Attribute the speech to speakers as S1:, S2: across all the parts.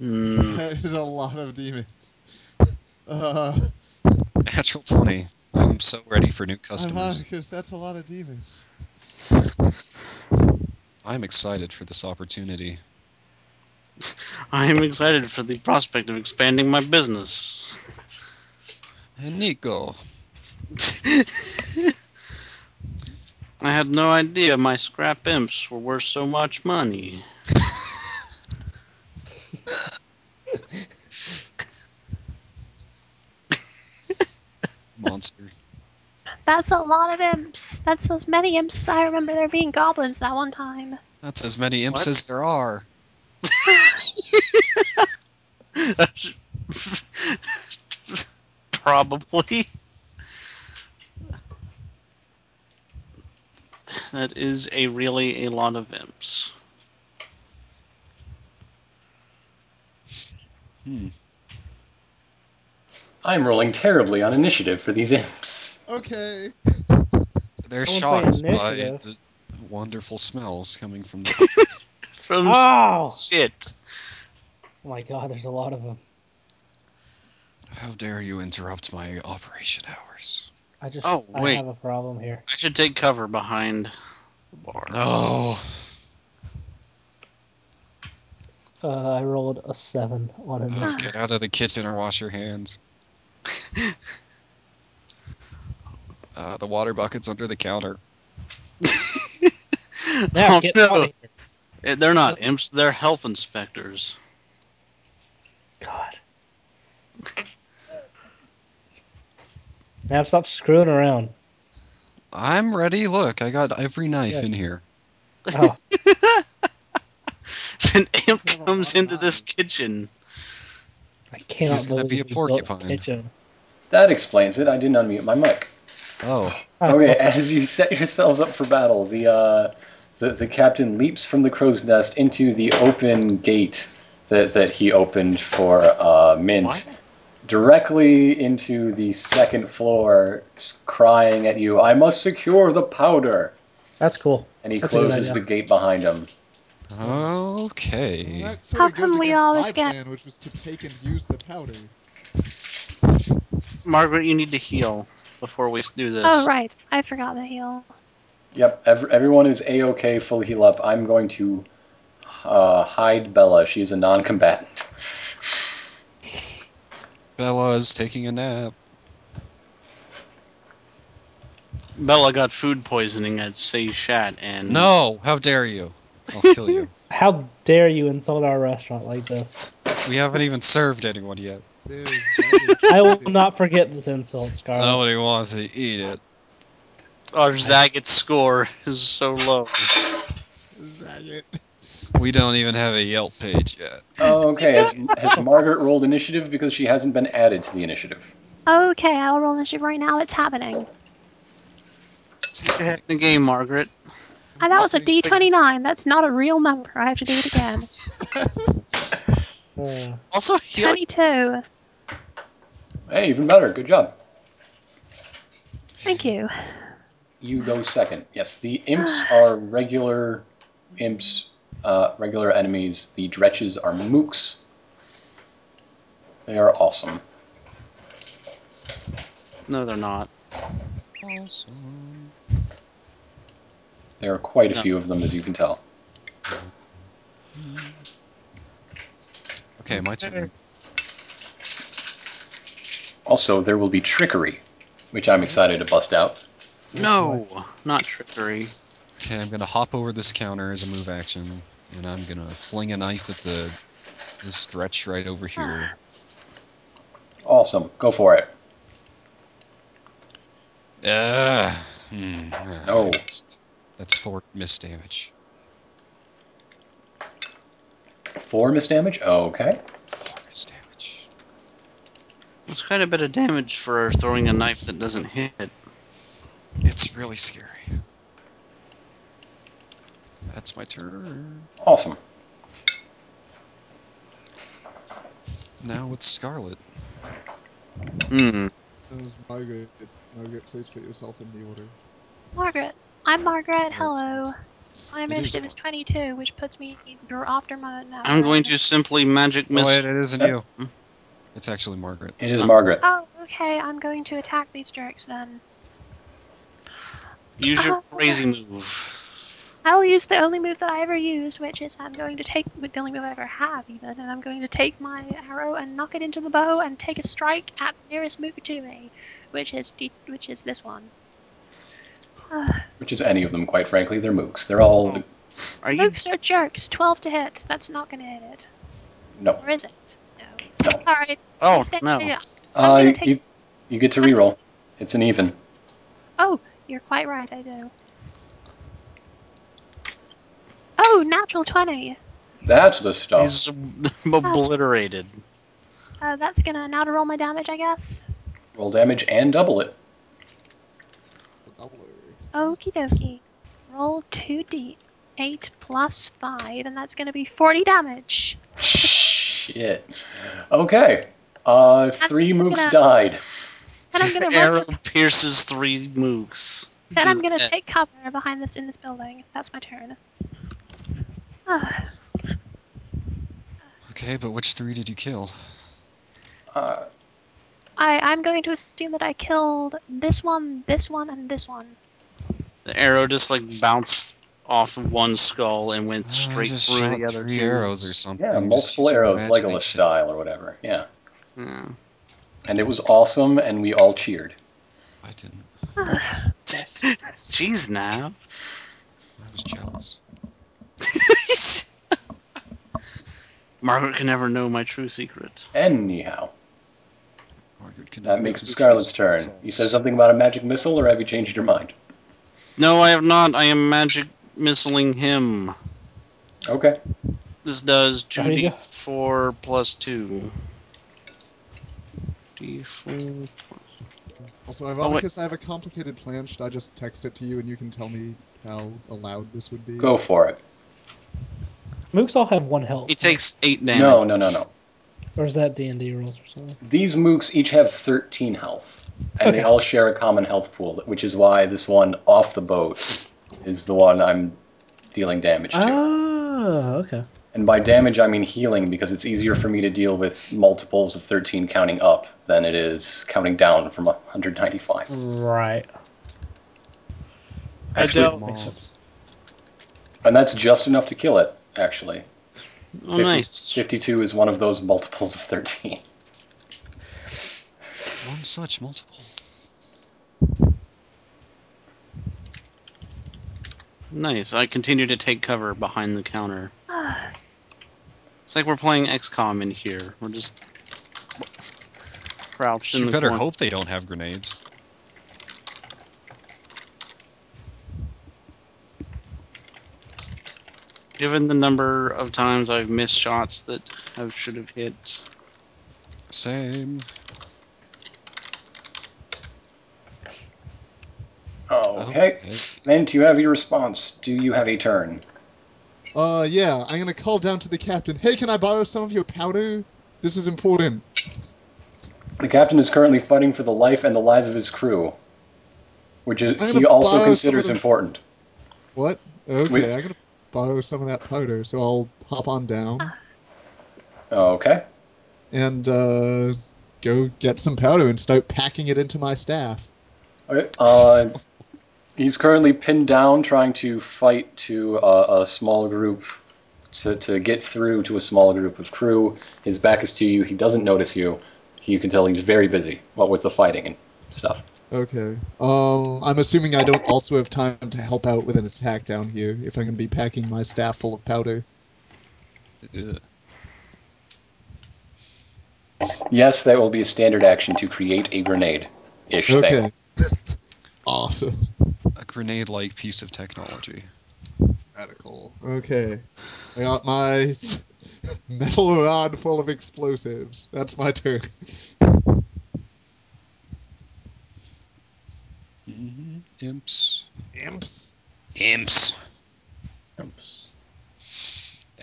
S1: Mm,
S2: There's a lot of demons. Uh,
S3: Natural 20. I'm so ready for new customers.
S2: Ironicus, that's a lot of demons.
S3: I'm excited for this opportunity.
S1: I am excited for the prospect of expanding my business.
S3: Hey, Nico.
S1: I had no idea my scrap imps were worth so much money.
S3: Monster.
S4: That's a lot of imps. That's as many imps. I remember there being goblins that one time.
S3: That's as many imps
S1: What?
S3: as there are.
S1: Probably. That is a really a lot of imps.
S3: Hmm.
S5: I'm rolling terribly on initiative for these imps.
S2: Okay.
S3: They're
S6: Someone
S3: shocked
S6: say
S3: by the
S6: initiative.
S3: wonderful smells coming from the.
S1: From s-
S6: Oh!
S1: shit.
S6: Oh my god, there's a lot of them.
S3: How dare you interrupt my operation hours?
S6: I just
S1: Oh,
S6: I
S1: wait.
S6: have a problem here.
S1: I should take cover behind the bar.
S3: No.
S6: Uh, I rolled a seven on a
S3: Oh, get out of the kitchen or wash your hands. Uh, the water bucket's under the counter.
S6: Now
S1: Oh,
S6: get
S1: no.
S6: out of here.
S1: Eh, They're not imps, they're health inspectors.
S6: God. Now stop screwing around.
S3: I'm ready. Look, I got every knife
S6: Good.
S3: in here.
S6: Oh,
S1: If an imp
S2: They have a
S1: comes
S2: lot of
S1: into this
S2: knives.
S1: kitchen,
S6: I cannot
S3: He's gonna
S6: believe
S3: be a
S6: we built
S3: porcupine.
S6: kitchen.
S5: That explains it. I didn't unmute my mic.
S3: Oh,
S5: Okay, as you set yourselves up for battle, the, uh, the the captain leaps from the crow's nest into the open gate that, that he opened for uh, Mint,
S1: What?
S5: directly into the second floor, s- crying at you, "I must secure the powder!"
S6: That's cool.
S5: And he
S6: That's a good
S5: closes the
S6: idea.
S5: gate behind him.
S3: okay.
S2: Well, that sort
S4: How
S2: of goes
S4: come we
S2: against
S4: always
S2: my
S4: get-
S2: plan, which was to take and use the powder.
S1: Margaret, you need to heal before we do this.
S4: Oh right, I forgot the heal.
S5: Yep, ev- everyone is a okay, full heal up. I'm going to uh, hide Bella. She's a non-combatant.
S3: Bella's taking a nap.
S1: Bella got food poisoning at Seishat
S3: Mm.
S1: and
S3: No, how dare you? I'll kill you.
S6: How dare you insult our restaurant like this?
S3: We haven't even served anyone yet.
S2: There's that is
S6: I will
S2: something.
S6: not forget this insult, Scarlet.
S3: Nobody wants to eat it.
S1: our Zagat's score is so low.
S2: Zag it.
S3: We don't even have a Yelp page yet.
S5: Oh, okay. Has, has Margaret rolled initiative because she hasn't been added to the initiative?
S4: Okay, I'll roll initiative right now. It's happening.
S1: In the game, Margaret.
S4: And that was a
S2: Nothing.
S4: D29. That's not a real number. I have to do it again.
S6: Uh,
S1: Also, heal
S4: 22.
S5: Hey, even better. Good job.
S4: Thank you.
S5: You go second. Yes, the imps are regular imps, uh, regular enemies. The dretches are mooks. They are awesome.
S1: No, they're not.
S3: Awesome.
S5: There are quite a
S1: No.
S5: few of them, as you can tell.
S3: Okay, my turn.
S5: Also, there will be trickery, which I'm excited to bust out.
S1: No, not trickery.
S3: Okay, I'm gonna hop over this counter as a move action, and I'm gonna fling a knife at the this stretch right over here.
S5: Awesome. Go for it.
S3: Ah, hmm, ah,
S5: No.
S3: that's- That's four miss damage.
S5: Four miss damage. Okay.
S3: Four miss damage.
S1: That's quite a bit of damage for throwing a knife that doesn't hit.
S3: It's really scary. That's my turn.
S5: Awesome.
S3: Now it's Scarlet.
S1: Hmm.
S2: That was Margaret. Margaret, please put yourself in the order.
S4: Margaret. I'm Margaret. Hello. My
S3: It is a
S4: initiative is 22, which puts me you're after my. No,
S1: I'm going to simply magic
S3: Oh,
S1: miss.
S3: wait, it isn't you. It's actually Margaret.
S5: It is Margaret.
S4: Oh, okay. I'm going to attack these jerks then.
S1: Use your
S4: Ah.
S1: crazy move.
S4: I will use the only move that I ever used, which is I'm going to take the only move I ever have, even, and I'm going to take my arrow and knock it into the bow and take a strike at the nearest move to me, which is d- which is this one. Uh,
S5: Which is any of them, quite frankly. They're mooks. They're all.
S1: Are you?
S4: mooks are jerks. Twelve to hit. That's not going to hit it,
S5: No.
S4: or is it? No.
S5: No.
S4: All right.
S1: Oh
S4: instead-
S1: no!
S5: Uh,
S4: gonna take-
S5: you, you get to reroll. It's an even.
S4: Oh, you're quite right. I do. Oh, natural twenty.
S5: That's the stuff.
S1: He's obliterated.
S4: Uh, that's gonna now to roll my damage, I guess.
S5: Roll damage and double it.
S2: The doubler.
S4: Okie dokie. Roll 2d8 plus 5, and that's going to be 40 damage.
S5: Shit. Okay. Uh, three
S4: I'm
S5: mooks
S4: gonna-
S5: died.
S4: Then I'm going to
S1: Arrow
S4: run.
S1: pierces three mooks.
S4: Then I'm going
S1: Yeah.
S4: to take cover behind this in this building. That's my turn. Ah,
S3: Okay, but which three did you kill?
S5: Uh,
S4: I I'm going to assume that I killed this one, this one, and this one.
S1: The arrow just like bounced off of one skull and went
S3: Uh, I
S1: straight
S3: Oh, just
S1: through
S3: shot
S1: the other
S3: three
S1: two.
S3: arrows or something.
S5: yeah,
S3: I'm just
S5: multiple
S3: using
S5: arrows,
S3: imagination.
S5: Legolas style or whatever. Yeah.
S1: Yeah.
S5: And it was awesome, and we all cheered.
S3: I didn't.
S4: Ah,
S1: Jeez, now.
S3: I was jealous.
S1: Margaret can never know my true secret.
S5: Anyhow,
S3: Margaret could
S5: that
S3: never
S5: makes
S3: know
S5: it
S3: the
S5: Scarlet's turn.
S3: difference.
S5: You said something about a magic missile, or have you changed your mind?
S1: No, I have not. I am magic missiling him.
S5: Okay.
S1: This does
S6: There you go.
S1: 2d4 plus 2. D4.
S2: Also,
S1: wait.
S2: Ivanicus, I have a complicated plan. Should I just text it to you and you can tell me how allowed this would be?
S5: Go for it.
S6: Mooks all have one health.
S1: He takes 8 damage.
S5: No, no, no, no.
S6: Or is that D and D rules or something?
S5: These mooks each have 13 health, and they
S6: Okay.
S5: all share a common health pool, which is why this one off the boat is the one I'm dealing damage to.
S6: Oh, okay.
S5: And by damage, I mean healing, because it's easier for me to deal with multiples of 13 counting up than it is counting down from 195.
S6: Mm. Right.
S1: I
S5: Actually,
S1: dealt.
S6: Makes
S3: Mauled.
S6: sense.
S5: And that's just enough to kill it, actually.
S1: Oh, nice.
S5: 52 is one of those multiples of 13.
S3: One such multiple.
S1: Nice. I continue to take cover behind the counter.
S4: ah.
S1: It's like we're playing XCOM in here. We're just crouched in
S3: You
S1: the
S3: better
S1: corner.
S3: hope they don't have grenades.
S1: Given the number of times I've missed shots that I should have hit.
S3: Same.
S5: Okay. Mint, you have your response. Do you have a turn?
S2: Uh, yeah, I'm gonna call down to the captain. Hey, can I borrow some of your powder? This is important.
S5: The captain is currently fighting for the life and the lives of his crew, which is,
S2: I'm
S5: he
S2: gonna borrow
S5: also
S2: some of
S5: considers
S2: the-
S5: important.
S2: What? Okay,
S5: Wait.
S2: I'm gonna borrow some of that powder, so I'll hop on down
S5: Oh, Okay.
S2: and, uh, go get some powder and start packing it into my staff.
S5: Okay, Uh, he's currently pinned down, trying to fight to uh, a small group to, to get through to a small group of crew. His back is to you. He doesn't notice you. You can tell he's very busy, what with the fighting and stuff.
S2: Okay. Um, I'm assuming I don't also have time to help out with an attack down here if I'm gonna be packing my staff full of powder.
S3: Ugh.
S5: Yes, that will be a standard action to create a grenade ish
S2: Okay.
S5: thing.
S2: awesome.
S3: A grenade-like piece of technology.
S2: Radical. Okay. I got my metal rod full of explosives. That's my turn.
S3: hmm Imps.
S2: Imps.
S3: Imps.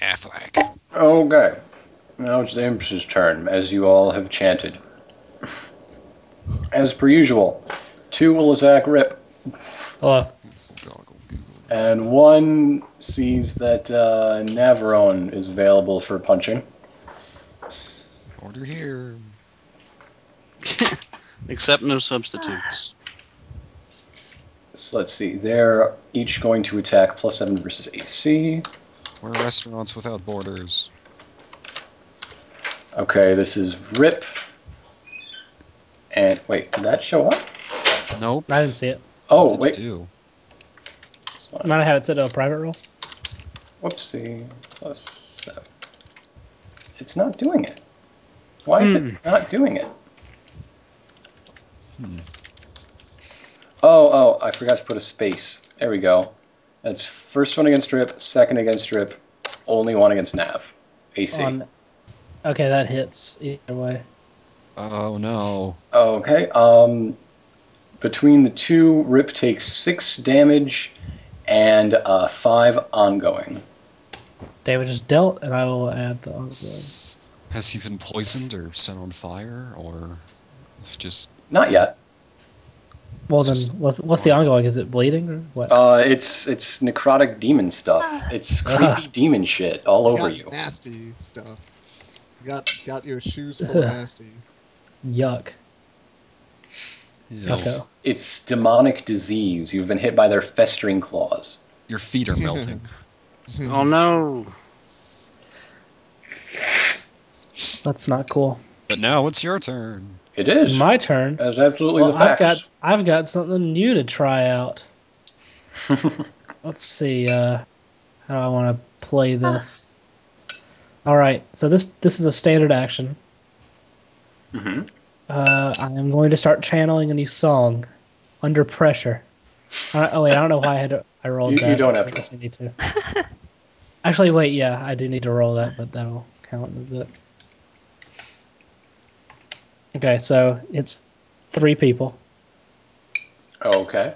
S3: Affleck.
S5: Okay. Now it's the Empress's turn, as you all have chanted. As per usual, two will attack Rip.
S6: Hello. Oh,
S3: Goggle, google.
S5: And one sees that uh, Navarone is available for punching.
S3: Order here.
S1: Except no substitutes.
S5: So let's see. They're each going to attack plus seven versus AC.
S3: We're restaurants without borders.
S5: Okay, this is Rip. And wait, did that show up?
S3: Nope.
S6: I didn't see it.
S5: Oh
S3: Did
S5: wait.
S3: do.
S5: Sorry.
S6: Might I have it set to a private roll?
S5: Whoopsie. Plus seven. It's not doing it. Why is it not doing it?
S3: Hmm.
S5: Oh, oh, I forgot to put a space. There we go. That's first one against Rip, second against Rip, only one against Nav. AC.
S6: On... Okay, that hits either way.
S3: Oh no.
S5: Okay. Um, between the two, Rip takes six damage and uh, five ongoing.
S6: David just dealt, and I will add the ongoing.
S3: Has he been poisoned or set on fire or just
S5: Not yet.
S6: Well, then,
S3: Just-
S6: what's, what's the ongoing? Is it bleeding or what?
S5: Uh, it's it's necrotic demon stuff. It's creepy
S6: Ah.
S5: demon shit all over
S2: got
S5: you.
S2: nasty stuff. Got got your shoes full of nasty.
S6: Yuck.
S3: Yeah.
S6: Okay.
S5: It's demonic disease. You've been hit by their festering claws.
S3: your feet are melting?
S1: Oh no.
S6: That's not cool.
S3: but now it's your turn.
S5: It
S6: It's
S5: is.
S6: my turn.
S5: That's absolutely
S6: Well,
S5: the
S6: I've
S5: fact.
S6: got I've got something new to try out. Let's see. Uh, how do I want to play this? All right. So this this is a standard action.
S5: hmm
S6: Uh, I am going to start channeling a new song, "Under Pressure." I, oh wait, I don't know why I had to, I rolled
S5: You- you
S6: that.
S5: don't have
S6: I
S5: to
S6: guess I need to. Actually, wait. Yeah, I do need to roll that, but that'll count as it. Okay, so it's three people.
S5: Okay.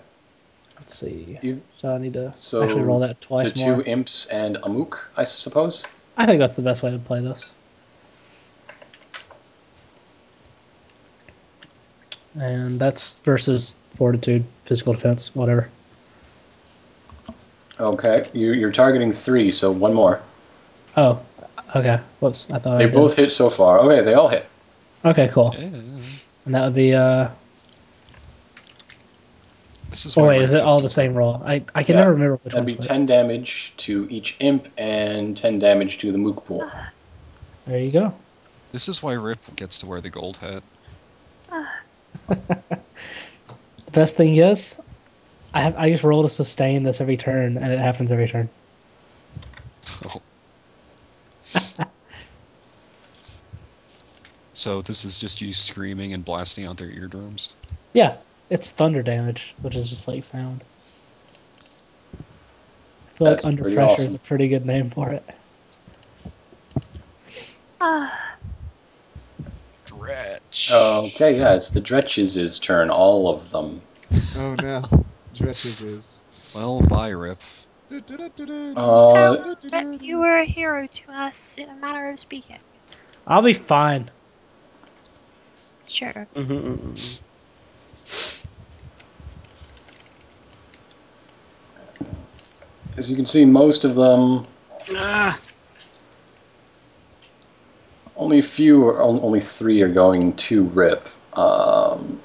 S6: Let's see.
S5: You,
S6: So I need to
S5: So,
S6: actually roll that
S5: the
S6: twice
S5: two
S6: more.
S5: imps and Amuk, I suppose.
S6: I think that's the best way to play this. And that's versus fortitude, physical defense, whatever.
S5: Okay. You, you're targeting three, so one more.
S6: Oh, okay. Whoops, I thought I
S5: They
S6: did.
S5: both hit so far. Okay, they all hit.
S6: Okay, cool.
S3: Yeah.
S6: And that would be. Uh...
S3: This is
S6: Oh
S3: why
S6: wait,
S3: we're
S6: is it all the
S3: fixing-
S6: same roll? I, I can
S5: Yeah,
S6: never remember which
S5: That'd
S6: one's
S5: be
S6: which.
S5: 10 damage to each imp and 10 damage to the Mook pool.
S6: There you go.
S3: This is why Rip gets to wear the gold hat.
S6: The best thing is, I have I just roll to sustain this every turn, and it happens every turn.
S3: Oh. so this is just you screaming and blasting out their eardrums.
S6: Yeah, it's thunder damage, which is just like sound. I feel
S5: That's
S6: like Under
S5: pretty
S6: Pressure is
S5: awesome.
S6: a pretty good name for it.
S3: Dretch.
S5: Okay, yeah, it's the Dretches' turn, all of them.
S2: Oh no. Dresses is.
S3: Well, bye, Rip.
S4: Um,
S5: Uh,
S4: Harold, Rip, you were a hero to us in a manner of speaking.
S6: I'll be fine.
S4: Sure.
S1: Mhm.
S5: as you can see, most of them,
S1: Ah,
S5: only a few, or on- only three are going to Rip. Um,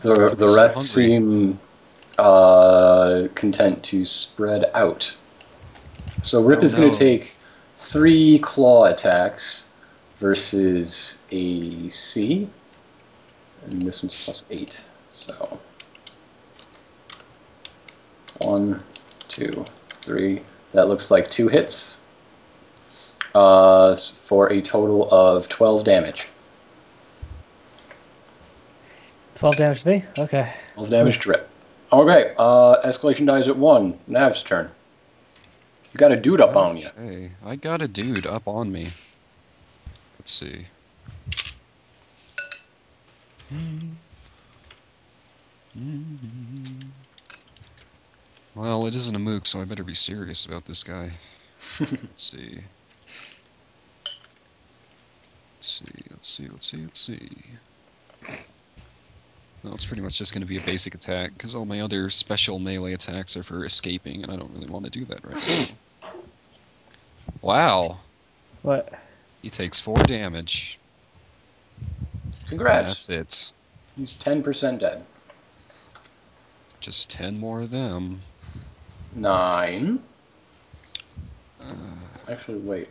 S5: the
S3: They're
S5: the
S3: so
S5: rest
S3: hungry.
S5: seem uh, content to spread out. So Rip
S3: Oh,
S5: is going
S3: no.
S5: to take three claw attacks versus AC, and this one's plus eight. So one, two, three. That looks like two hits uh, s- for a total of twelve damage.
S6: 12 damage to me? Okay.
S5: 12 damage drip. Okay, uh, escalation dies at 1. Nav's turn. You got a dude up on you.
S3: Hey, I got a dude up on me. Let's see. Hmm. Well, it isn't a mook, so I better be serious about this guy. Let's see. Let's see, let's see, let's see, let's see. No, it's pretty much just going to be a basic attack because all my other special melee attacks are for escaping, and I don't really want to do that right now. Wow,
S6: What?
S3: he takes four damage. and
S5: Congrats.
S3: That's it.
S5: He's 10% dead.
S3: Just ten more of them.
S5: Nine. Actually, wait.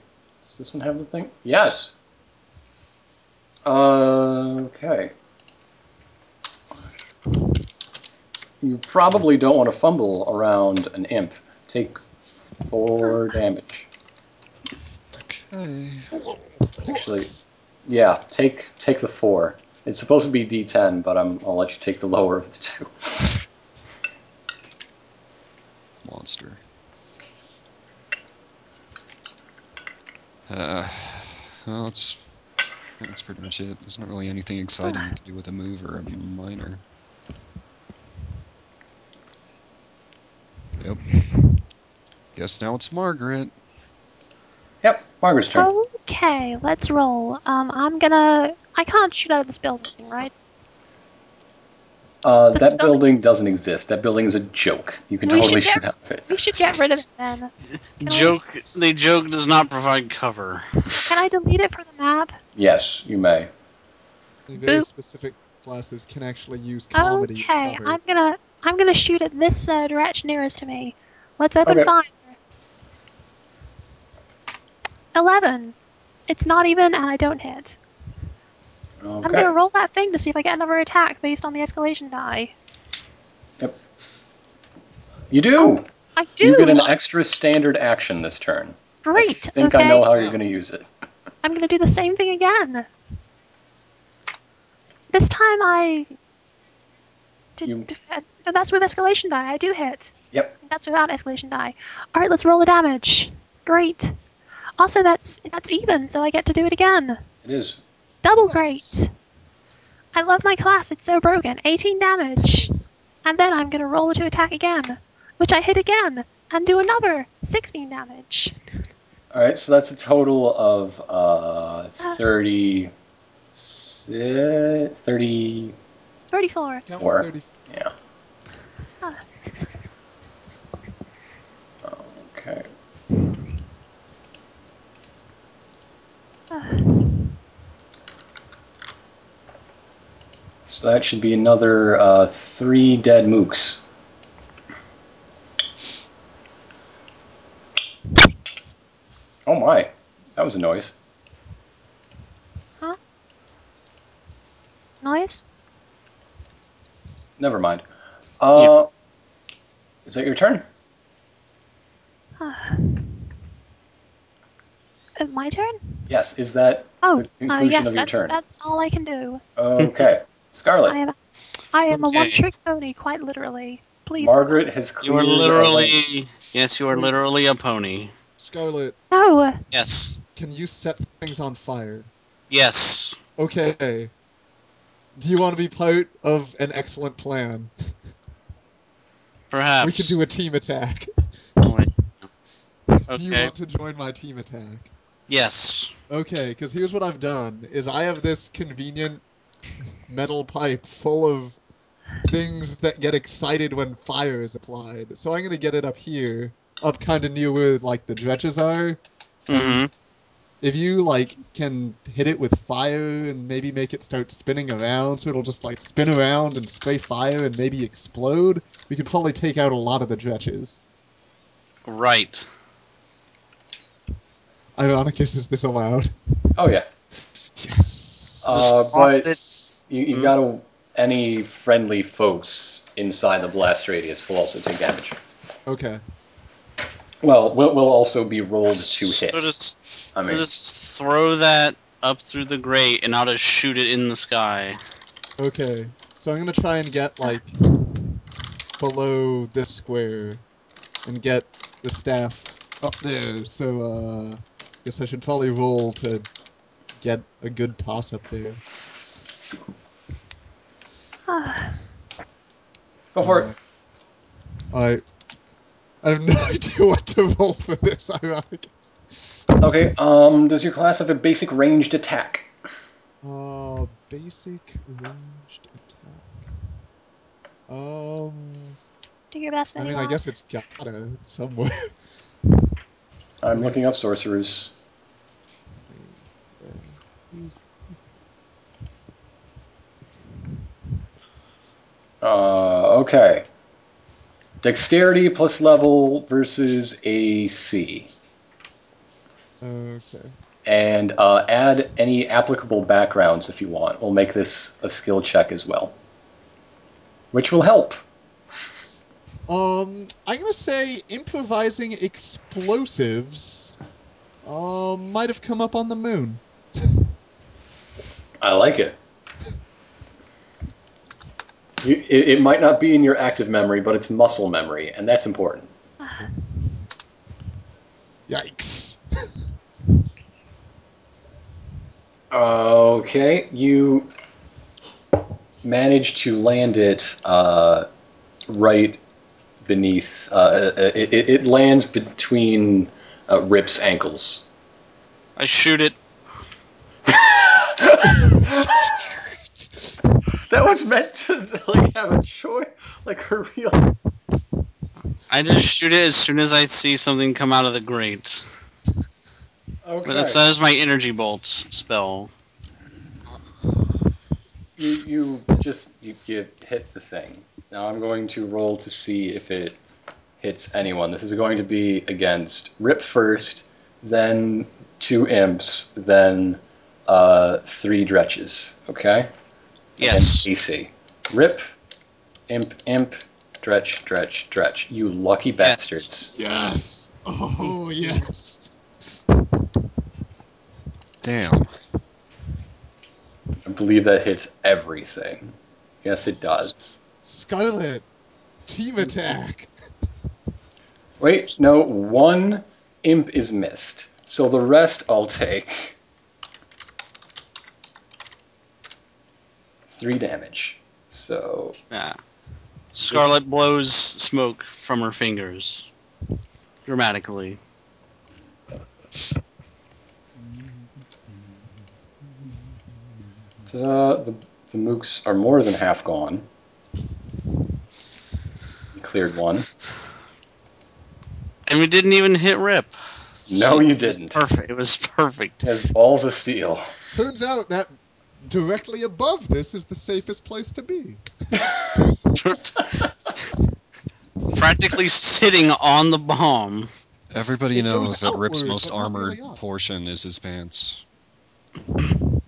S5: Does this one have the thing? Yes. Uh, okay. You probably don't want to fumble around an imp. Take four damage.
S3: Okay.
S5: Actually, yeah. Take take the four. It's supposed to be D10, but I'm, I'll let you take the lower of the two.
S3: monster. Uh, well, that's that's pretty much it. There's not really anything exciting you can do with a move or a minor. Yep. Guess now it's Margaret.
S5: Yep, Margaret's turn.
S4: Oh, Okay, let's roll. Um, I'm gonna. I can't shoot out of this building, right?
S5: Uh,
S4: This
S5: that
S4: building-
S5: building doesn't exist. That building's a joke. You can
S4: We should
S5: totally
S4: get-
S5: shoot out of it.
S4: We should get rid of it then. Can I-
S1: Joke. The joke does not provide cover.
S4: Can I delete it from the map?
S5: Yes, you may.
S2: Only very
S4: Boop.
S2: specific classes can actually use comedy as
S4: okay,
S2: cover.
S4: I'm gonna. I'm gonna shoot at this uh, direction nearest to me. Let's open
S5: Okay.
S4: fire. Eleven. It's not even, and I don't hit. I'm
S5: Okay.
S4: gonna roll that thing to see if I get another attack based on the escalation die.
S5: You do.
S4: I do.
S5: You get an extra standard action this turn. I
S4: Great.
S5: think
S4: okay.
S5: I know how you're going to use it.
S4: I'm going to do the same thing again. This time I. Did,
S5: You-
S4: no, that's with escalation die. I do hit.
S5: Yep.
S4: That's without escalation die. All right, let's roll the damage. Great. Also, that's that's even, so I get to do it again.
S5: It is.
S4: Double great. I love my class. It's so broken. 18 damage, and then I'm gonna roll to attack again, which I hit again and do another 16 damage.
S5: All right. So that's a total of uh, 30, 30.
S4: 34.
S2: Count
S5: Or-
S2: 30
S5: Yeah.
S4: Ah.
S5: Okay.
S4: Ah.
S5: So that should be another uh, three dead mooks. Oh my, that was a noise.
S4: Noise.
S5: Never mind. Uh, Is that your turn?
S4: Uh, my turn?
S5: Yes. Is that
S4: Oh,
S5: the
S4: uh,
S5: conclusion
S4: yes,
S5: of your
S4: that's,
S5: turn?
S4: that's all I can do.
S5: Okay.
S4: I
S5: Scarlet.
S4: am, I am a
S1: Okay.
S4: one-trick pony, quite literally. Please.
S5: Margaret has
S1: You are
S5: cleared. away.
S1: literally. Yes, you are literally a pony.
S2: Scarlet,
S4: No.
S1: Yes.
S2: can you set things on fire?
S1: Yes.
S2: Okay. Do you want to be part of an excellent plan?
S1: Perhaps.
S2: We can do a team attack.
S1: Oh, wait.
S2: Do you
S1: Okay.
S2: want to join my team attack?
S1: Yes.
S2: Okay, because here's what I've done is I have this convenient metal pipe full of things that get excited when fire is applied. So I'm gonna get it up here, up kind of near where like the dredges are.
S1: hmm
S5: Mm-hmm.
S2: If you like can hit it with fire and maybe make it start spinning around, so it'll just like spin around and spray fire and maybe explode, we could probably take out a lot of the dredges.
S1: Right.
S2: Ironicus, is this allowed?
S5: Oh yeah.
S2: Yes.
S5: Uh,
S1: Spotted.
S5: but you, you
S1: Hmm.
S5: gotta any friendly folks inside the blast radius will also take damage.
S2: okay.
S5: Well, will will also be rolled to hit.
S1: So just,
S5: I mean,
S1: just throw that up through the grate, and I'll just shoot it in the sky.
S2: Okay, so I'm gonna try and get like below this square, and get the staff up there. So uh, guess I should probably roll to get a good toss up there.
S4: Ah,
S5: go for it.
S2: I I have no idea what to roll for this. Ironicus.
S5: Okay. Um, does your class have a basic ranged attack?
S2: Uh, basic ranged attack. Um,
S4: Do your best,
S2: I
S4: maybe
S2: mean, I
S4: not.
S2: guess it's gotta somewhere.
S5: I'm looking up sorcerers. Uh, okay. Dexterity plus level versus AC.
S2: Okay.
S5: And uh, add any applicable backgrounds if you want. We'll make this a skill check as well, which will help.
S2: Um, I'm gonna say improvising explosives. Um, might have come up on the moon.
S5: I like it. You, it. It might not be in your active memory, but it's muscle memory, and that's important.
S2: Yikes.
S5: Okay, you manage to land it uh, right beneath. Uh, it, it- it lands between uh, Rip's ankles.
S1: I shoot it.
S5: That was meant to like have a choice, like a real.
S1: I just shoot it as soon as I see something come out of the grate. But that's,
S5: Okay.
S1: that is my energy bolt spell.
S5: You you just you, you hit the thing. Now I'm going to roll to see if it hits anyone. This is going to be against Rip first, then two imps, then uh, three dretches. Okay.
S1: Yes.
S5: And AC. Rip, imp, imp, dretch, dretch, dretch. You lucky bastards.
S2: Yes. Oh yes.
S3: Damn.
S5: I believe that hits everything. Yes, it does.
S2: Scarlet. Team attack.
S5: Wait, no, one imp is missed. So the rest I'll take. Three damage. So
S1: Yeah. Scarlet blows smoke from her fingers. Dramatically.
S5: Ta-da, the, the mooks are more than half gone. You cleared one.
S1: And we didn't even hit Rip.
S5: No, you
S1: It was
S5: didn't.
S1: Perfect. It was perfect.
S5: Has balls of steel.
S2: Turns out that directly above this is the safest place to be.
S1: Practically sitting on the bomb.
S3: Everybody
S2: It goes
S3: knows that Rip's
S2: outward,
S3: most
S2: but not
S3: armored
S2: really up.
S3: portion is his pants.
S2: Well,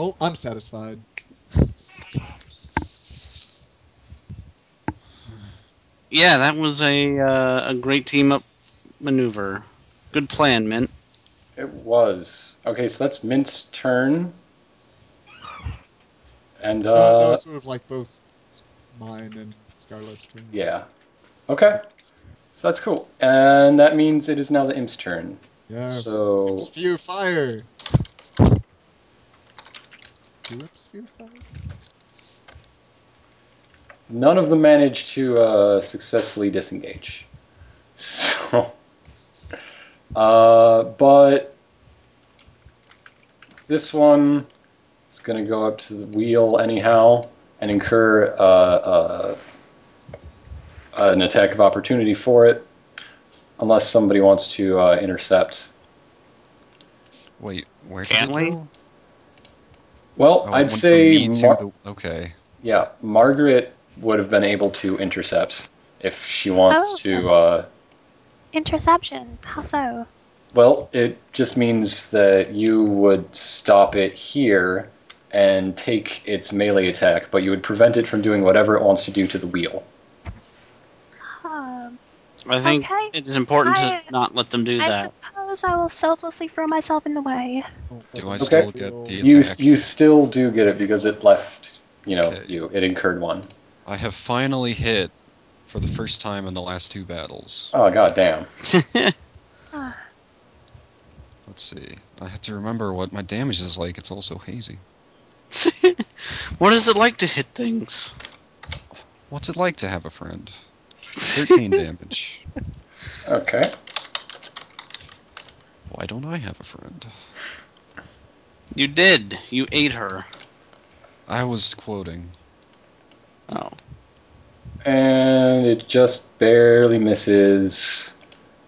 S2: Oh, I'm satisfied.
S1: Yeah, that was a uh, a great team up maneuver. Good plan, Mint.
S5: It was. Okay, so that's Mint's turn. And, uh,
S2: Uh, that was sort of like both mine and Scarlet's turn.
S5: yeah. Okay. So that's cool. And that means it is now the imp's turn.
S2: Yes.
S5: So,
S2: Sphere fire. Do we have sphere fire?
S5: none of them managed to uh, successfully disengage. So, uh, but this one is going to go up to the wheel anyhow and incur uh, uh, an attack of opportunity for it, unless somebody wants to uh, intercept.
S3: Wait, where did
S1: Can
S3: it
S1: we?
S3: go?
S5: Well,
S3: Oh, it
S5: I'd
S3: went from
S5: say
S3: me to
S5: Mar-
S3: the- okay.
S5: yeah, Margaret would have been able to intercept if she wants
S4: Oh.
S5: to. Uh,
S4: Interception. How so?
S5: Well, it just means that you would stop it here and take its melee attack, but you would prevent it from doing whatever it wants to do to the wheel.
S4: Um,
S1: I think
S4: Okay.
S1: it is important
S4: I-
S1: to not let them do
S4: I
S1: that.
S4: suppose I will selflessly throw myself in the way.
S2: Oh,
S3: Do
S2: okay.
S3: I still get the
S5: You
S3: attack?
S5: you still do get it because it left, you know,
S3: Okay.
S5: you it incurred one.
S3: I have finally hit for the first time in the last two battles.
S5: Oh god damn.
S4: Ah.
S3: Let's see. I have to remember what my damage is like. It's also hazy.
S1: what is it like to hit things?
S3: What's it like to have a friend? 13 damage.
S5: Okay.
S3: Why don't I have a friend?
S1: You did. You ate her.
S3: I was quoting.
S1: Oh.
S5: And it just barely misses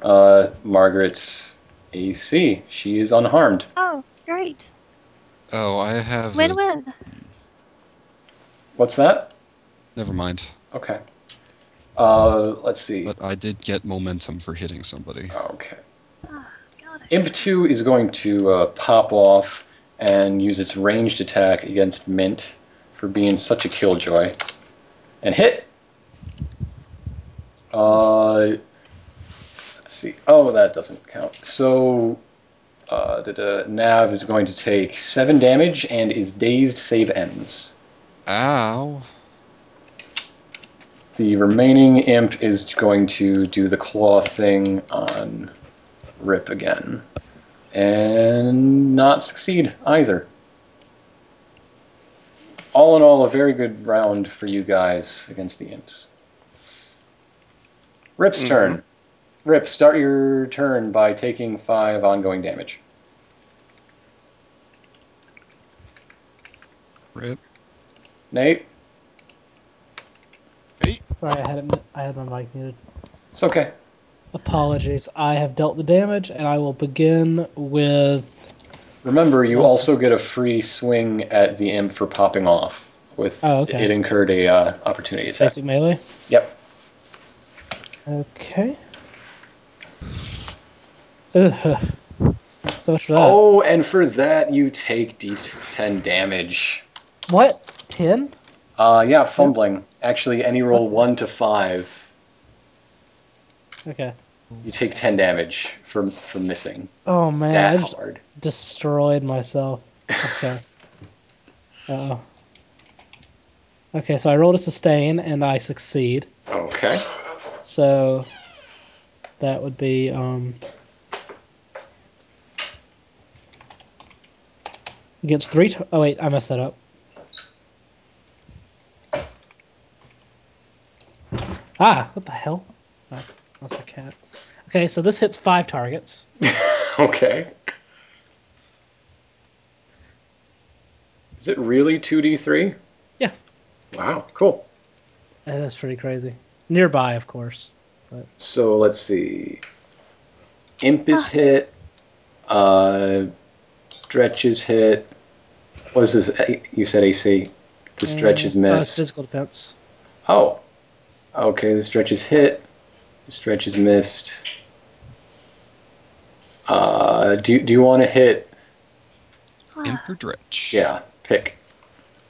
S5: uh, Margaret's AC. She is unharmed.
S4: Oh, great.
S3: Oh, I have.
S4: Win
S3: a-
S4: win.
S5: What's that?
S3: Never mind.
S5: Okay. Uh, let's see.
S3: But I did get momentum for hitting somebody.
S5: Okay.
S4: God, I-
S5: Imp 2 is going to uh, pop off and use its ranged attack against Mint for being such a killjoy. And hit! Uh, let's see. Oh, that doesn't count. So, uh, the, the Nav is going to take 7 damage and is dazed, save ends.
S3: Ow.
S5: The remaining imp is going to do the claw thing on Rip again. And not succeed either. All in all, a very good round for you guys against the imps. Rip's
S1: Mhm.
S5: turn. Rip, start your turn by taking five ongoing damage.
S3: Rip.
S5: Nate,
S6: Sorry, I had it, mu- I had my mic muted.
S5: it's okay.
S6: Apologies. I have dealt the damage, and I will begin with.
S5: Remember, you
S6: That's-
S5: also get a free swing at the imp for popping off. With
S6: Oh, okay.
S5: it incurred a uh, opportunity attack.
S6: Basic melee.
S5: Yep.
S6: Okay. Ugh. So much for that.
S5: Oh, and for that you take d10 damage.
S6: What? Ten?
S5: Uh, yeah, fumbling. Actually, any roll one to five,
S6: Okay.
S5: you take 10 damage for for missing.
S6: Oh man, I
S5: that
S6: just
S5: hard.
S6: destroyed myself. Okay. oh. Okay, so I rolled a sustain and I succeed.
S5: Okay.
S6: So that would be um against three. T- oh wait, I messed that up. Ah, what the hell? Oh, that's my cat. Okay, so this hits five targets.
S5: Okay. Is it really 2d3?
S6: Yeah.
S5: Wow, cool.
S6: Uh, That's pretty crazy. Nearby, of course.
S5: So let's see. Imp is hit. Uh, Dretch is hit. What is this? A- You said AC. The stretch
S6: And-
S5: is
S6: Oh, it's
S5: missed.
S6: physical defense.
S5: Oh. Okay, the stretch is hit. The stretch is missed. Uh, do, do you want to hit?
S4: Ah,
S3: Imp or Dretch?
S5: Yeah, pick.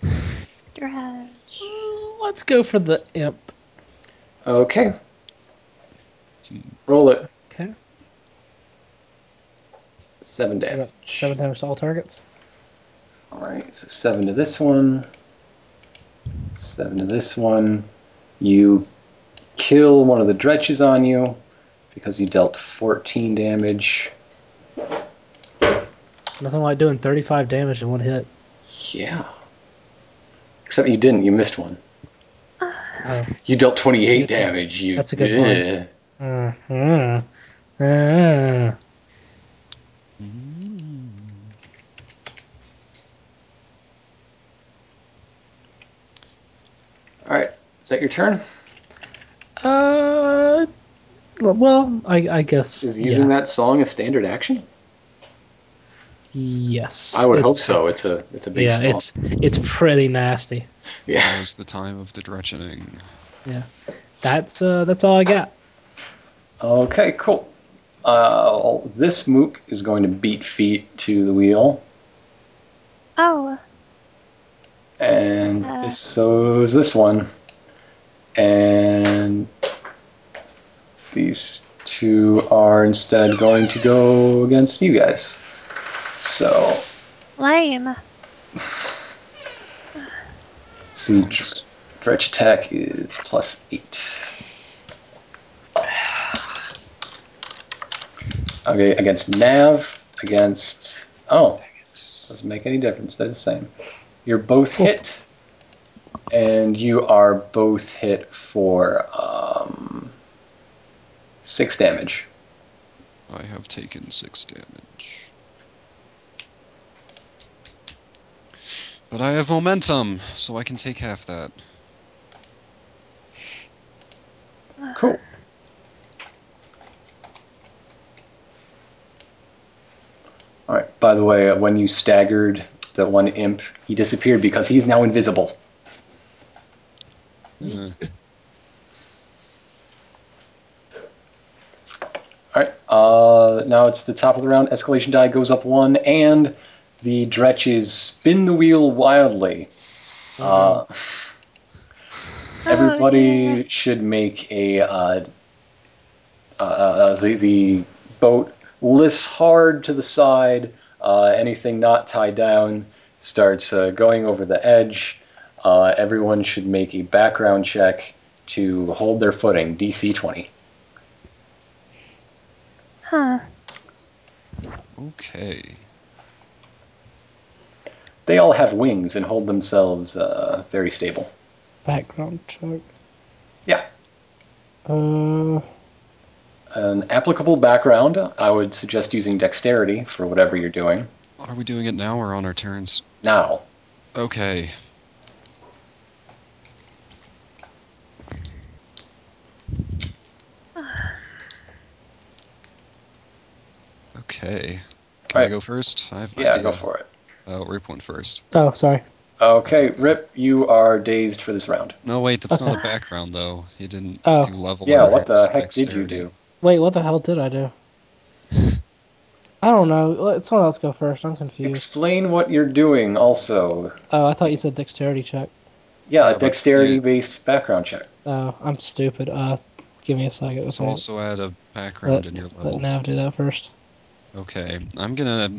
S4: Dredge.
S6: Mm, Let's go for the imp.
S5: Okay. Roll it.
S6: Okay.
S5: Seven
S6: I
S5: damage.
S6: got Seven times to all targets.
S5: Alright, so seven to this one. Seven to this one. You kill one of the dretches on you because you dealt 14 damage.
S6: Nothing like doing 35 damage in one hit.
S5: Yeah. Except you didn't, you missed one.
S6: Oh.
S5: You dealt 28
S6: That's a good point.
S5: damage. You,
S6: That's a good point.
S5: Yeah.
S6: Uh, uh, uh.
S3: Mm.
S5: Alright, is that your turn?
S6: Uh, well, I, I guess.
S5: Is using
S6: yeah.
S5: that song a standard action?
S6: Yes.
S5: I would
S6: It's
S5: hope so. It's a it's a big
S6: yeah,
S5: song.
S6: it's it's pretty nasty.
S5: Yeah.
S3: Now's the time of the dretchening.
S6: That's uh, that's all I got.
S5: Okay, cool. Uh, this mook is going to beat feet to the wheel,
S4: Oh,
S5: and
S4: Uh.
S5: this, so is this one, and these two are instead going to go against you guys. So
S4: lame.
S5: see, dr- dredge attack is plus eight. Okay, against Nav, against oh. Doesn't make any difference. They're the same. You're both hit, and you are both hit for um, six damage.
S3: I have taken six damage. But I have momentum, so I can take half that.
S5: All right. By the way, uh, when you staggered that one imp, he disappeared because he's now invisible.
S3: Uh,
S5: All right. Uh, now it's the top of the round. Escalation die goes up one, and the Dretches spin the wheel wildly. Uh,
S4: Oh,
S5: everybody
S4: dear.
S5: should make a uh, uh, uh, the the boat lists hard to the side. Uh, anything not tied down starts uh, going over the edge. Uh, everyone should make a background check to hold their footing. DC twenty.
S4: Huh.
S3: okay.
S5: They all have wings and hold themselves uh, very stable.
S6: Background check.
S5: Yeah.
S6: Uh,
S5: An applicable background, I would suggest using dexterity for whatever you're doing.
S3: Are we doing it now or on our turns?
S5: Now,
S3: Okay. Okay. Can I
S5: Alright.
S3: go first? I have an
S5: yeah,
S3: idea.
S5: go for it.
S3: Oh, Rip went first.
S6: oh, sorry.
S5: Okay,
S3: That's okay.
S5: Rip, you are dazed for this round.
S3: No, wait, that's not a
S6: Okay.
S3: background though. He didn't
S6: Oh.
S3: do level.
S5: Yeah,
S3: or
S5: what the
S3: his
S5: heck did you
S3: dexterity.
S5: do?
S6: Wait, what the hell did I do? I don't know. Let someone else go first. I'm confused.
S5: Explain what you're doing also.
S6: Oh, I thought you said dexterity check.
S5: Yeah,
S3: Yeah,
S5: a
S3: but-
S5: dexterity based background check.
S6: Oh, I'm stupid. Uh, give me a second.
S3: It's
S6: okay.
S3: also add a background
S6: let,
S3: in your level.
S6: let Nav do that first.
S3: Okay, I'm gonna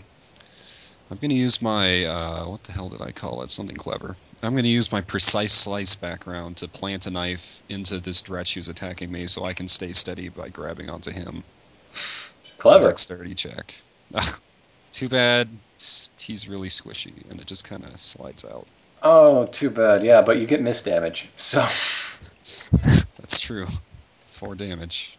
S3: I'm gonna use my uh, what the hell did I call it? Something clever. I'm gonna use my precise slice background to plant a knife into this dretch who's attacking me, so I can stay steady by grabbing onto him.
S5: Clever.
S3: Dexterity check. Too bad s- he's really squishy, and it just kind of slides out.
S5: Oh, too bad. Yeah, but you get miss damage. So,
S3: That's true. Four damage.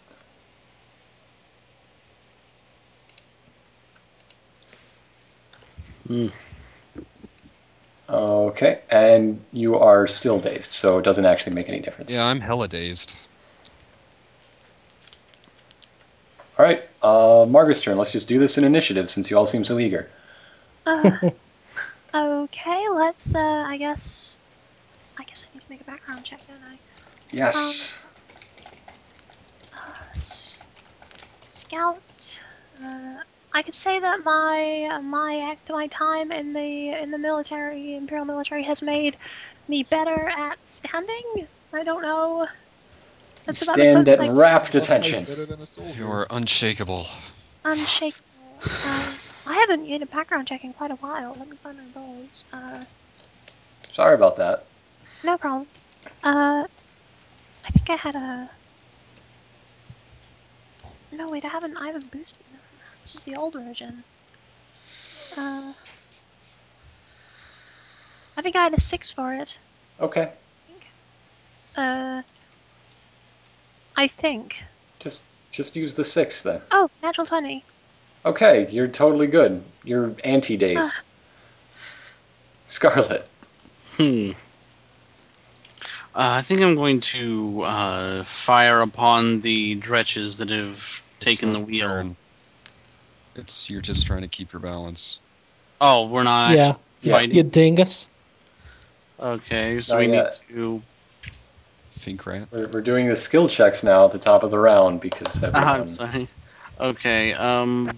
S5: okay, and you are still dazed, so it doesn't actually make any difference.
S3: Yeah, I'm hella dazed.
S5: All right, uh, Margaret's turn. Let's just do this in initiative since you all seem so eager.
S4: Uh, okay, let's. Uh, I guess. I guess I need to make a background check, don't I?
S5: Yes.
S4: S- Scout. Uh, I could say that my my act my time in the in the military imperial military has made me better at standing. I don't know.
S5: You
S4: about the
S5: stand
S4: closest
S5: at
S4: I can-
S5: Rapt
S2: Someone
S5: attention.
S2: plays Better than a soldier.
S3: You're unshakable.
S4: unshakable. Um, I haven't made a background check in quite a while. Let me find my rolls. Uh,
S5: Sorry about that.
S4: no problem. Uh, I think I had a. No wait, I haven't. I haven't boosted. them. This is the old version. Uh, I think I had a six for it.
S5: Okay,
S4: Uh, I think.
S5: just just use the six then.
S4: Oh, natural twenty.
S5: Okay, you're totally good. You're anti dazed. Scarlet.
S1: Hmm. Uh, I think I'm going to uh, fire upon the dretches that have
S3: It's
S1: taken the
S3: not
S1: wheel.
S3: turn. It's you're just trying to keep your balance.
S1: Oh, we're not
S6: yeah,
S1: actually
S5: Yeah.
S1: fighting.
S6: you dingus.
S1: Okay, so
S5: Not
S1: we
S5: yet.
S1: need to.
S3: Think rat.
S5: We're, we're doing the skill checks now at the top of the round because everyone.
S1: Ah, sorry. Okay, um,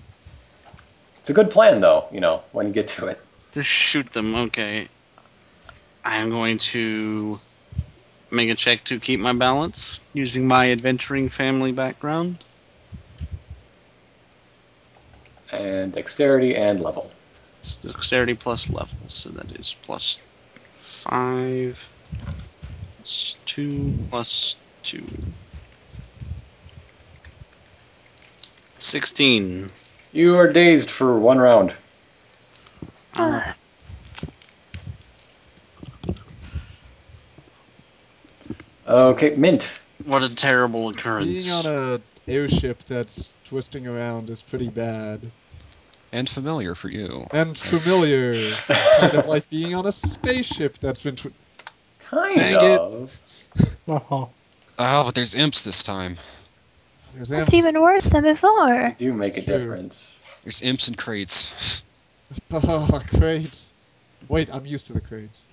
S5: It's a good plan though, you know, when you get to it.
S1: just shoot them. Okay, I am going to make a check to keep my balance using my adventuring family background.
S5: And dexterity and level.
S1: It's dexterity plus level, so that is plus five, plus two, plus two. Sixteen.
S5: You are dazed for one round.
S1: Uh,
S4: Ah,
S5: Okay, Mint.
S1: what a terrible occurrence.
S2: Being on a airship that's twisting around is pretty bad
S3: And familiar for you.
S2: and familiar, kind of like being on a spaceship that's been. Tw-
S5: Kind
S2: Dang it.
S5: of.
S6: Oh,
S3: Oh, but there's imps this time.
S2: There's
S4: That's
S2: amps-
S4: even worse than before.
S5: Do make
S2: It's
S5: a
S2: true.
S5: difference.
S3: There's imps and crates.
S2: Ah, crates. Wait, I'm used to the crates.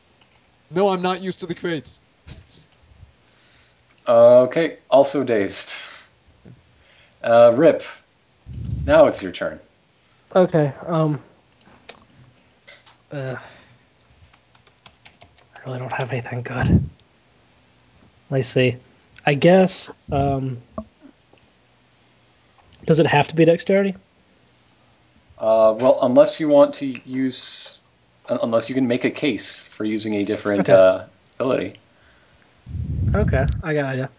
S2: No, I'm not used to the crates.
S5: Okay, also dazed. Uh, Rip, now it's your turn.
S6: Okay. Um. Uh, I really don't have anything good. Let's see. I guess. Um. Does it have to be dexterity?
S5: Uh, well, unless you want to use, un- unless you can make a case for using a different
S6: Okay.
S5: uh, ability.
S6: Okay, I got an idea.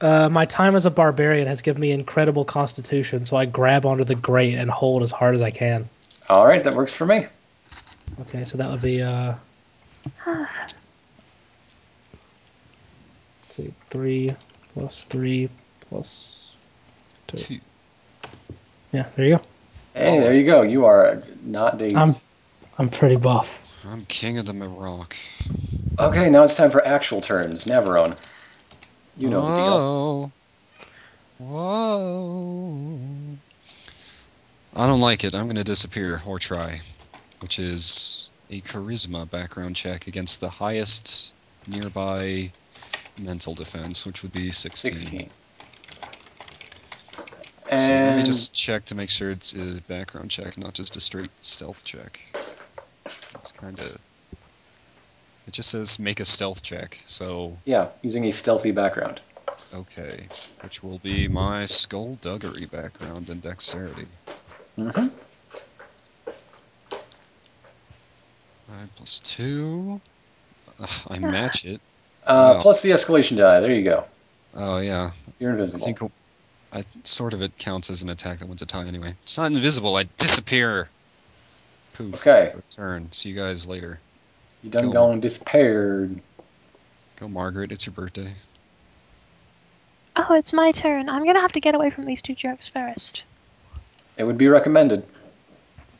S6: Uh, my time as a barbarian has given me incredible constitution, so I grab onto the grate and hold as hard as I can.
S5: All right, that works for me.
S6: Okay, so that would be uh,
S4: Oh,
S6: let's see, three plus three plus.
S3: Two.
S6: Yeah, there you go.
S5: Hey, there you go. You are not dazed.
S6: I'm- I'm pretty buff.
S3: I'm king of the Morocco.
S5: Okay, now it's time for actual turns. Navarone, you know the deal.
S3: Whoa. Whoa. I don't like it. I'm going to disappear or try, which is a charisma background check against the highest nearby mental defense, which would be 16.
S5: Sixteen.
S3: So let me
S5: And
S3: just check to make sure it's a background check, not just a straight stealth check. It's kind of. It just says make a stealth check, so
S5: yeah, using a stealthy background.
S3: okay, which will be my skullduggery background and dexterity.
S5: Mm-hmm.
S3: Nine plus two. Uh,
S5: Ah.
S3: I match it.
S5: Uh,
S3: Wow.
S5: Plus the escalation die. There you go.
S3: Oh yeah,
S5: You're
S3: I
S5: invisible.
S3: think I sort of it counts as an attack that went to tie anyway. It's not invisible. I disappear. Poof.
S5: Okay.
S3: for a Turn. See you guys later.
S5: You done
S3: Cool.
S5: gone despaired.
S3: Go, Margaret. It's your birthday.
S4: Oh, it's my turn. I'm gonna have to get away from these two jerks first.
S5: It would be recommended.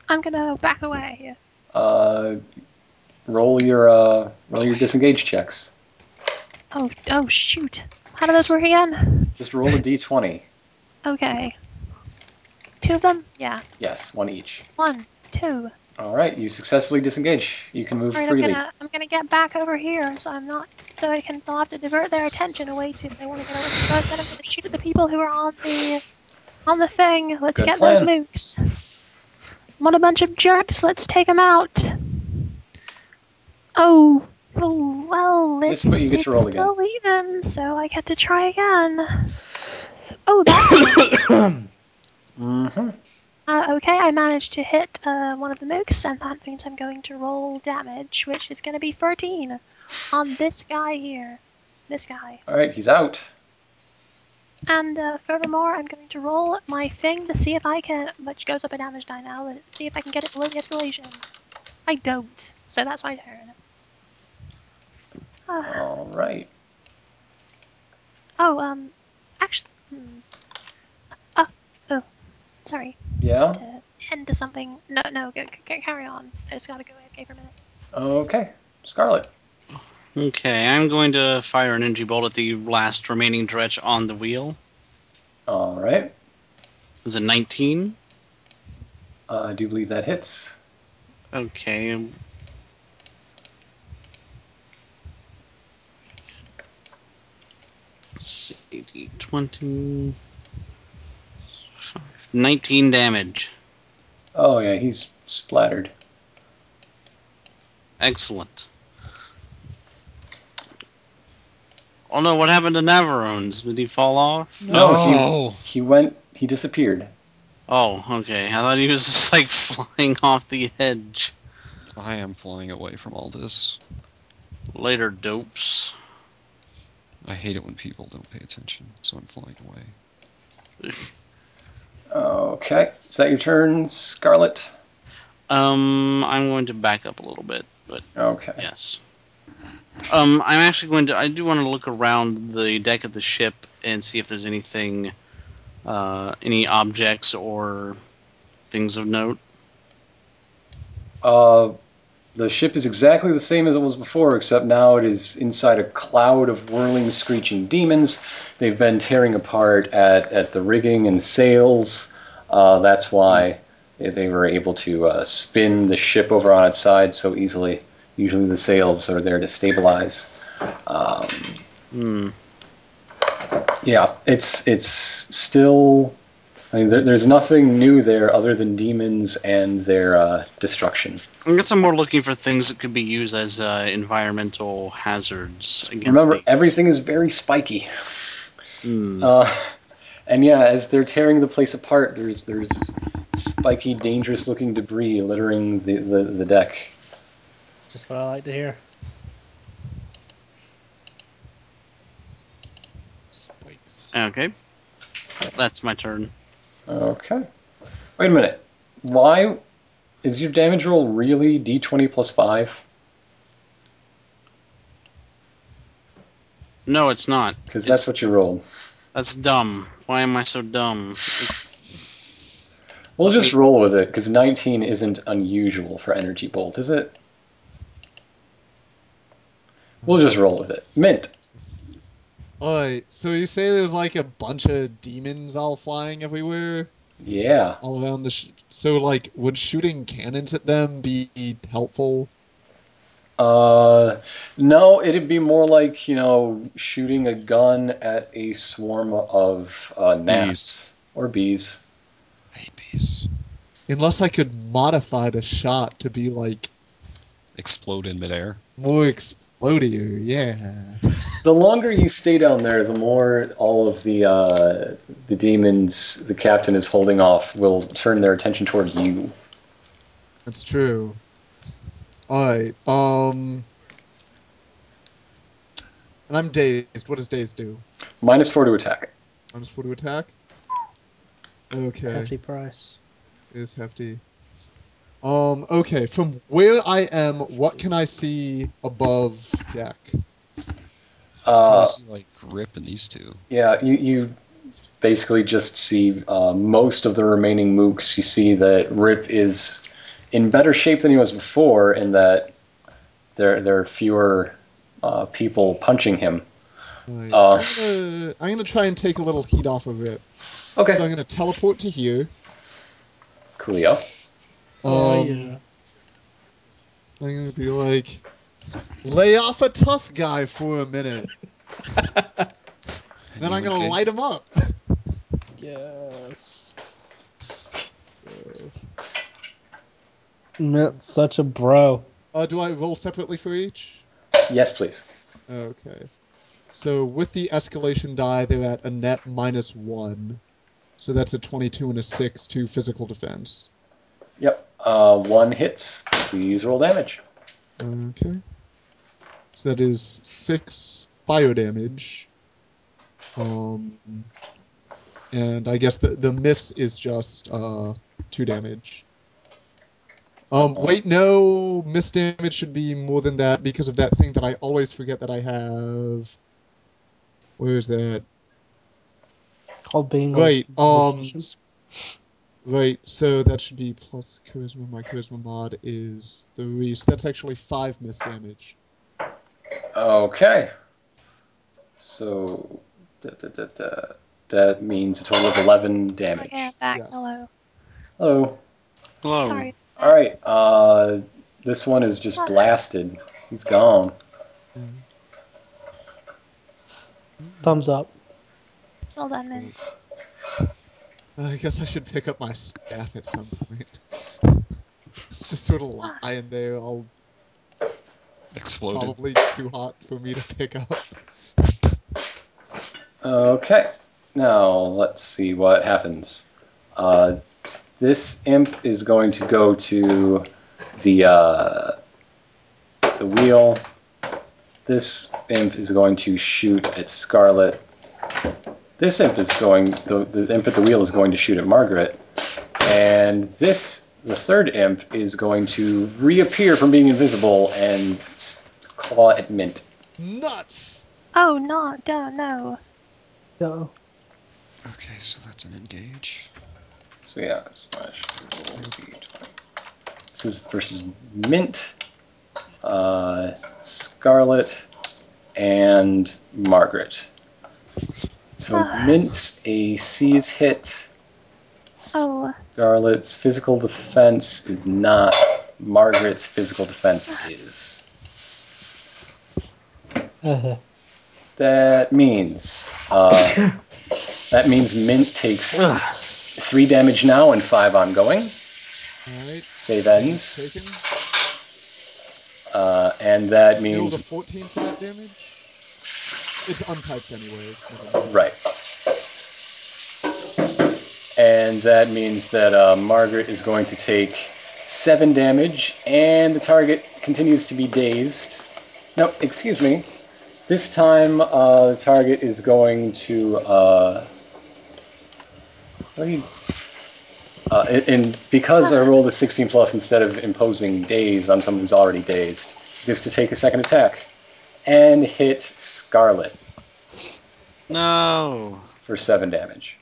S4: I'm gonna back away.
S5: Uh, roll your uh, roll your disengage checks.
S4: Oh, oh shoot. How do those work again?
S5: Just roll a d20.
S4: Okay. Two of them? Yeah.
S5: Yes, one each.
S4: One, two.
S5: All right, you successfully disengage. You can move
S4: All right, I'm
S5: freely.
S4: gonna I'm gonna get back over here, so I'm not so I can I'll have to divert their attention away to if they want to get away from those. Then I'm gonna shoot at the people who are on the on the thing. Let's
S5: Good
S4: get those
S5: plan.
S4: mooks. I'm on a bunch of jerks. Let's take them out. Oh, oh well,
S5: Yes,
S4: it's,
S5: but you get to
S4: it's
S5: roll again.
S4: still even, so I get to try again. Oh, that.
S5: Mm-hmm.
S4: Uh, okay, I managed to hit uh, one of the mooks, and that means I'm going to roll damage, which is going to be 13 on this guy here. This guy.
S5: All right, he's out.
S4: And uh, furthermore, I'm going to roll my thing to see if I can, which goes up a damage die now, let's see if I can get it below the escalation. I don't, so that's my turn. Ah.
S5: All right.
S4: oh, um, actually, hmm. oh, oh, sorry,
S5: Yeah.
S4: to head to something. No, no, go, go, carry on. I just gotta go AFK for a minute.
S5: Okay. Scarlet.
S1: Okay, I'm going to fire an energy bolt at the last remaining dredge on the wheel.
S5: All right.
S1: Is it 19?
S5: Uh, I do believe that hits.
S1: Okay. um, Let's see, D 20. 19 damage.
S5: Oh yeah, he's splattered.
S1: Excellent. Oh no, what happened to Navarones? Did he fall off?
S5: No,
S3: Oh.
S5: He went. He disappeared.
S1: Oh, okay. I thought he was just like flying off the edge.
S3: I am flying away from all this.
S1: Later, dopes.
S3: I hate it when people don't pay attention, so I'm flying away.
S5: Okay. Is that your turn, Scarlet?
S1: Um, I'm going to back up a little bit, but
S5: Okay.
S1: yes. Um, I'm actually going to. I do want to look around the deck of the ship and see if there's anything, uh, any objects or things of note.
S5: Uh, the ship is exactly the same as it was before, except now it is inside a cloud of whirling, screeching demons. They've been tearing apart at, at the rigging and sails. Uh, that's why They- They were able to uh, spin the ship over on its side so easily. Usually the sails are there to stabilize. Um,
S1: Hmm.
S5: yeah, it's it's still. I mean, there, there's nothing new there other than demons and their uh, destruction.
S1: I guess I'm more looking for things that could be used as uh, environmental hazards. Against
S5: Remember,
S1: these.
S5: everything is very spiky.
S1: Hmm.
S5: Uh, and yeah, as they're tearing the place apart, there's there's spiky, dangerous-looking debris littering the, the, the deck.
S6: Just what I like to hear.
S3: Spikes.
S1: Okay, that's my turn.
S5: Okay. Wait a minute. Why is your damage roll really d20 plus five?
S1: No, it's not.
S5: Because
S1: It's-
S5: that's what you rolled.
S1: That's dumb. Why am I so dumb?
S5: We'll just roll with it because 19 isn't unusual for energy bolt, is it? We'll just roll with it. Mint.
S2: Alright, so you say there's like a bunch of demons all flying everywhere,
S5: Yeah.
S2: all around the. Sh- so, like, would shooting cannons at them be helpful?
S5: Uh, no, it'd be more like, you know, shooting a gun at a swarm of uh, gnats or bees.
S3: Hey, bees.
S2: Unless I could modify the shot to be, like,
S3: Explode in midair.
S2: more explodier, yeah.
S5: The longer you stay down there, the more all of the uh, the demons the captain is holding off will turn their attention toward you.
S2: That's true. Alright, um. And I'm dazed. What does dazed do?
S5: Minus four to attack.
S2: I'm just to attack? Okay.
S6: Hefty price.
S2: is hefty. Um, okay, from where I am, what can I see above deck?
S5: Uh,
S3: Kinda see, like Rip and these two.
S5: Yeah, you, you basically just see uh, most of the remaining mooks. You see that Rip is in better shape than he was before, in that there there are fewer uh, people punching him.
S2: Alright,
S5: Uh.
S2: I'm, gonna, I'm gonna try and take a little heat off of it. So I'm
S5: Okay,
S2: gonna teleport to here.
S5: Coolio.
S2: Um,
S6: oh, yeah.
S2: I'm gonna be like, lay off a tough guy for a minute. Then I'm gonna light him up.
S6: Yes.
S2: So,
S6: Mint such a bro.
S2: uh, do I roll separately for each?
S5: Yes, please.
S2: Okay. So with the escalation die, they're at a net minus one. So that's a 22 and a 6 to physical defense.
S5: Yep. Uh, one hits. Please roll damage.
S2: Okay. So that is 6 fire damage. Um, and I guess the, the miss is just uh, 2 damage. Um, wait, no, miss damage should be more than that because of that thing that I always forget that I have. Where is that?
S6: Called being
S2: Right,
S6: like,
S2: um,
S6: proficient.
S2: Right, so that should be plus charisma. My charisma mod is three, so that's actually five miss damage.
S5: Okay. So da, da, da, da. that means a total of eleven damage.
S4: Okay, I'm back.
S2: Yes.
S4: Hello.
S5: Hello.
S1: Hello.
S4: Sorry.
S5: All right. Uh, this one is just blasted. He's gone.
S6: thumbs up.
S4: Well done, then.
S2: I guess I should pick up my staff at some point. It's just sort of lying there, all
S3: Exploded.
S2: probably too hot for me to pick up.
S5: Okay. Now let's see what happens. Uh, this imp is going to go to the uh, the wheel. This imp is going to shoot at Scarlet. This imp is going. The, the imp at the wheel is going to shoot at Margaret, and this the third imp is going to reappear from being invisible and s- claw at Mint.
S2: Nuts!
S4: Oh, no, no, no.
S6: No.
S3: Okay, so that's an engage.
S5: So yeah, slash. This is versus Mint, uh, Scarlet, and Margaret. So Mint's AC is hit.
S4: Oh,
S5: Scarlet's physical defense is not. Margaret's physical defense is.
S6: Uh-huh.
S5: That means. Uh, that means Mint takes three damage now and five ongoing.
S2: Alright.
S5: Save
S2: Damage
S5: ends.
S2: taken.
S5: Uh, and that
S2: Rolled a
S5: means.
S2: 14 for that damage. It's untyped anyway.
S5: Right. And that means that uh, Margaret is going to take seven damage, and the target continues to be dazed. No, excuse me. This time, uh, the target is going to. Uh, what do you- uh, and- and because I rolled a 16 plus instead of imposing daze on someone who's already dazed, it is to take a second attack and hit Scarlet
S1: No.
S5: for seven damage.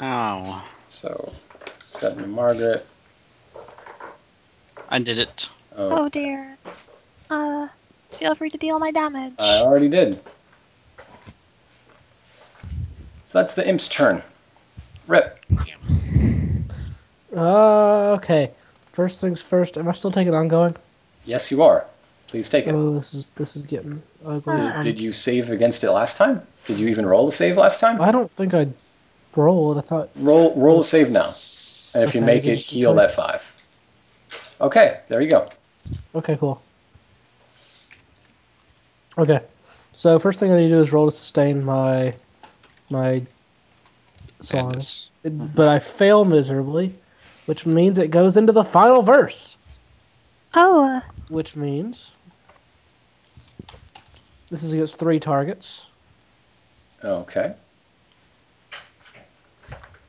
S1: Ow.
S5: So, seven to Margaret.
S1: I did it.
S5: Oh,
S4: oh dear. Uh, feel free to deal my damage.
S5: I already did. So that's the imp's turn. Rip.
S6: Uh, okay. First things first. Am I still taking ongoing?
S5: Yes, you are. Please take it.
S6: Oh, this is this is getting ugly.
S5: Did,
S6: Um,
S5: did you save against it last time? Did you even roll a save last time?
S6: I don't think I rolled. I thought
S5: Roll roll a save now. And if you
S6: Okay,
S5: make
S6: is it
S5: it,
S6: just a
S5: heal
S6: twenty?
S5: that five. Okay, there you go.
S6: Okay, cool. Okay, so first thing I need to do is roll to sustain my my song,
S3: Madness.
S6: It- but I fail miserably, which means it goes into the final verse,
S4: oh,
S6: which means this is against three targets.
S5: Okay.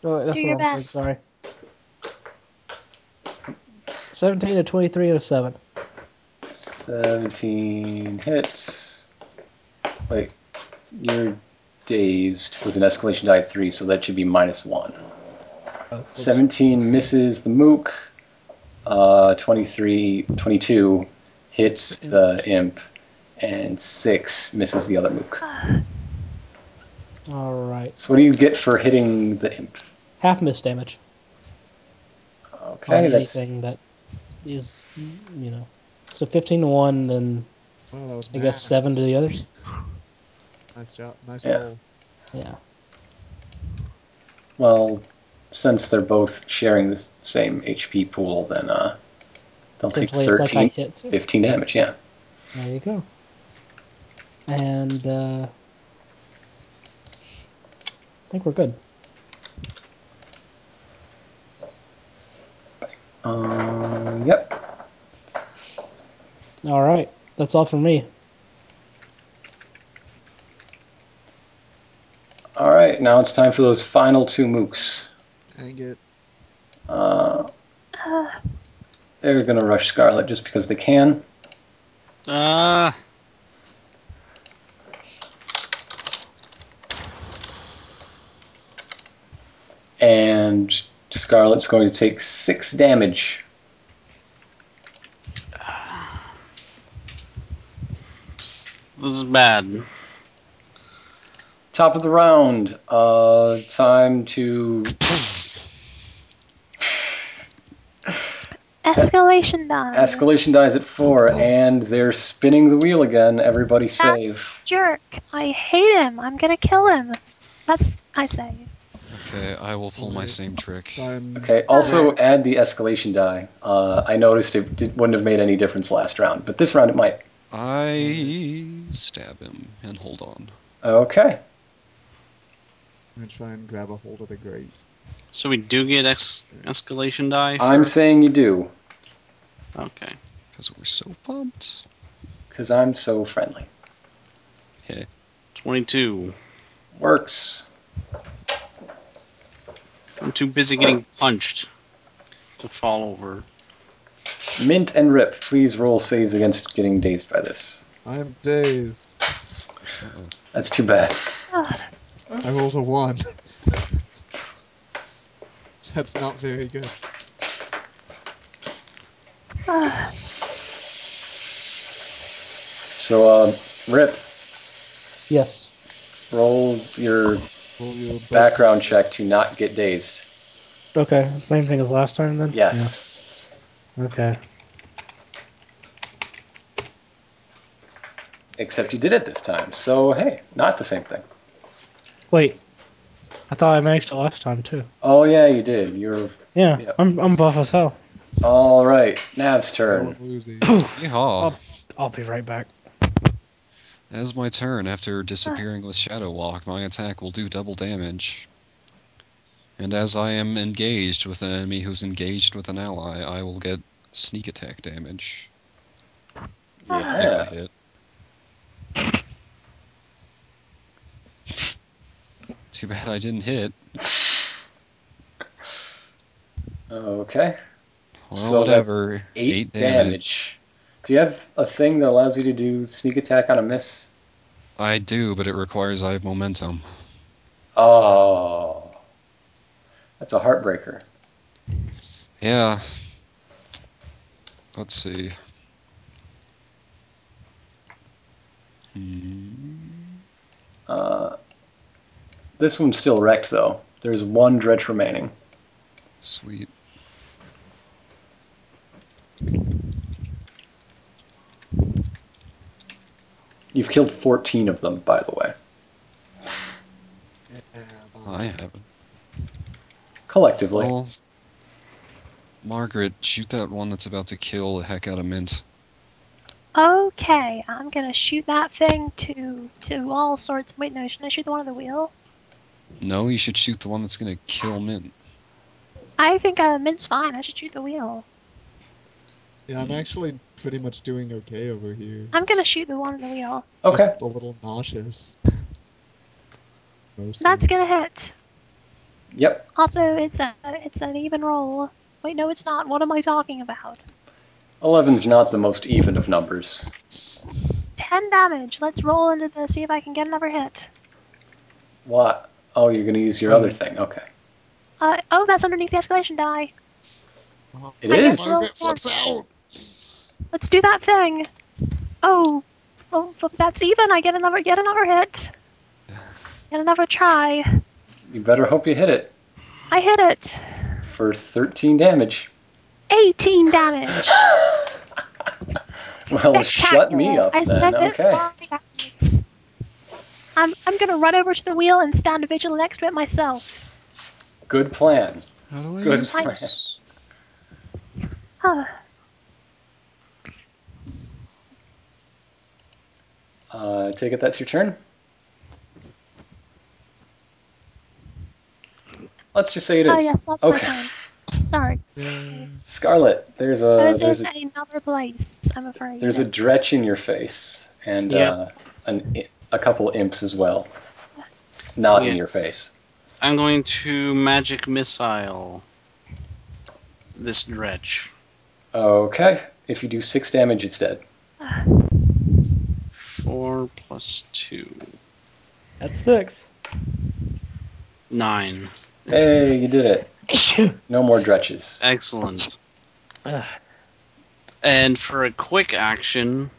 S6: Oh, that's
S4: Do
S6: the
S4: your
S6: wrong thing,
S4: best.
S6: Sorry. Seventeen to twenty-three and a seven.
S5: 17 hits. Wait, you're dazed with an escalation die of 3, so that should be minus 1.
S6: Oh,
S5: 17 misses the mook. Uh, 23, 22 hits the imp. And 6 misses the other mook.
S6: All right,
S5: So what do you get for hitting the imp?
S6: half miss damage
S5: Okay,
S6: on
S5: that's
S6: anything that is, you know, so fifteen to one, then
S2: Wow, that was
S6: I guess seven to the others.
S2: Nice job. Nice
S5: Yeah.
S2: roll.
S6: Yeah.
S5: well, since they're both sharing the s- same HP pool, then uh, they'll take
S6: Essentially, it's like
S5: 13,
S6: I hit. Too.
S5: 15 damage. Yeah,
S6: There you go. And uh, I think we're good.
S5: um, yep.
S6: All right, that's all from me.
S5: All right, now it's time for those final two mooks.
S2: Dang it.
S5: Uh, they're gonna rush Scarlet just because they can.
S1: Ah.
S5: and Scarlet's going to take six damage.
S1: this is bad.
S5: Top of the round. Uh, time to
S4: escalation die.
S5: escalation dies at four, and they're spinning the wheel again. Everybody save.
S4: Jerk! I hate him. I'm gonna kill him. That's I say.
S3: Okay, I will pull my same trick.
S2: I'm
S5: Okay. Also, add the escalation die. Uh, I noticed it did, wouldn't have made any difference last round, but this round it might.
S3: I stab him and hold on.
S5: Okay.
S2: gonna try and grab a hold of the grate.
S1: So we do get ex- escalation die. for-
S5: I'm saying you do,
S1: okay.
S3: Because we're so pumped.
S5: because I'm so friendly.
S1: Twenty-two.
S5: Works.
S1: I'm too busy getting punched to fall over.
S5: Mint and Rip, please roll saves against getting dazed by this.
S2: I'm dazed.
S3: Uh-oh.
S5: That's too bad.
S2: I rolled a one. That's not very good.
S5: So, uh, Rip,
S6: Yes.
S5: roll your
S2: Roll your
S5: background check to not get dazed.
S6: Okay, same thing as last time then.
S5: Yes.
S6: Yeah, Okay.
S5: Except you did it this time. So hey, not the same thing.
S6: Wait, I thought I managed it last time too.
S5: Oh yeah, you did. You're
S6: Yeah,
S5: Yep.
S6: I'm I'm buff as hell.
S5: all right. Nav's turn.
S2: Woozy.
S3: Yeehaw.
S6: I'll be right back.
S3: As my turn,
S5: Ah.
S3: after disappearing with Shadow Walk, my attack will do double damage. And as I am engaged with an enemy who's engaged with an ally, I will get sneak attack damage. If I
S5: Yeah.
S3: hit. Too bad I didn't hit.
S5: Oh, Okay.
S3: Well,
S5: So that's
S3: whatever.
S5: Eight, damage. Do you have a thing that allows you to do sneak attack on a miss?
S3: I do, but it requires I have momentum.
S5: Oh, that's a heartbreaker.
S3: Yeah. Let's see. Hmm.
S5: Uh, this one's still wrecked though. There's one dredge remaining.
S3: Sweet.
S5: You've killed 14 of them, by the way,
S2: Yeah,
S3: I have.
S5: collectively.
S3: Well, Margaret, shoot that one that's about to kill the heck out of Mint.
S4: Okay, I'm gonna shoot that thing to to all sorts. Wait, no, should I shoot the one on the wheel?
S3: No, you should shoot the one that's gonna kill Mint.
S4: I think uh, mint's fine. I should shoot the wheel.
S2: yeah, I'm actually pretty much doing okay over here.
S4: I'm gonna shoot the one on the wheel.
S5: Okay.
S2: Just a little nauseous. Mostly.
S4: That's gonna hit.
S5: Yep.
S4: Also, it's a it's an even roll. Wait, no, it's not. What am I talking about?
S5: 11's not the most even of numbers.
S4: Ten damage. Let's roll into this. See if I can get another hit.
S5: What? Oh, you're going to use your
S2: Oh.
S5: other thing. Okay.
S4: Uh, oh, that's underneath the escalation die.
S2: Oh,
S5: It
S4: I
S5: is.
S4: guess we'll-
S2: Margaret flips out.
S4: Let's do that thing. Oh, oh, but that's even. I get another get another hit. Get another try.
S5: You better hope you hit it
S4: I hit it.
S5: for 13 damage.
S4: 18 damage.
S5: Well, shut me
S4: Spectacular.
S5: up
S4: I
S5: then.
S4: sent it
S5: Okay.
S4: flying backwards. I'm, I'm gonna run over to the wheel and stand vigil next to it myself.
S5: Good plan.
S3: How do I
S5: Good
S3: use
S4: plan.
S3: this?
S4: Huh.
S5: Uh, I take it that's your turn? Let's just say it is.
S4: Oh yes, that's
S5: okay.
S4: my turn. Sorry.
S2: Yeah.
S5: Scarlet, there's a
S4: so this
S5: there's
S4: is
S5: a
S4: another place, I'm afraid.
S5: there's a dretch in your face and
S1: Yep.
S5: uh, an, i- a couple imps as well. Not in your
S1: Yes.
S5: face.
S1: I'm going to magic missile this dredge.
S5: Okay. If you do six damage, it's dead.
S1: Four plus two.
S6: That's six.
S1: Nine.
S5: Hey, you did it. No more dretches.
S1: Excellent.
S6: Ugh.
S1: And for a quick action,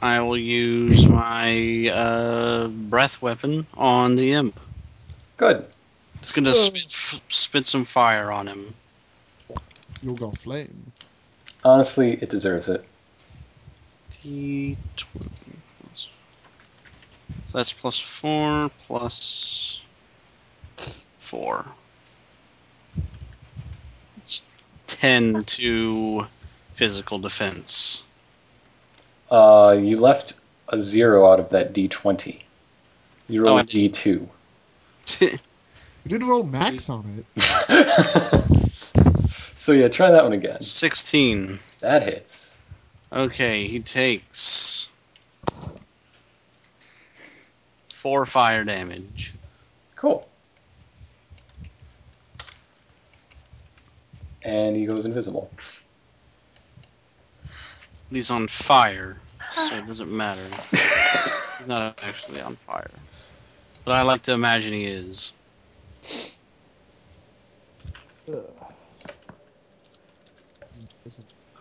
S1: I will use my uh, breath weapon on the imp.
S5: Good.
S1: It's going to spit, f- spit some fire on him.
S2: You'll go flame.
S5: Honestly, it deserves it.
S1: D20. plus- So that's plus four, plus four. It's ten to physical defense.
S5: Uh, you left a zero out of that d20. You
S1: Oh, I
S5: rolled
S1: did.
S5: d d2.
S2: You did roll max on it.
S5: so yeah, try that one again.
S1: Sixteen.
S5: That hits.
S1: Okay, he takes four fire damage.
S5: Cool. And he goes invisible.
S1: He's on fire, so it doesn't matter. He's not actually on fire. But I like to imagine he is.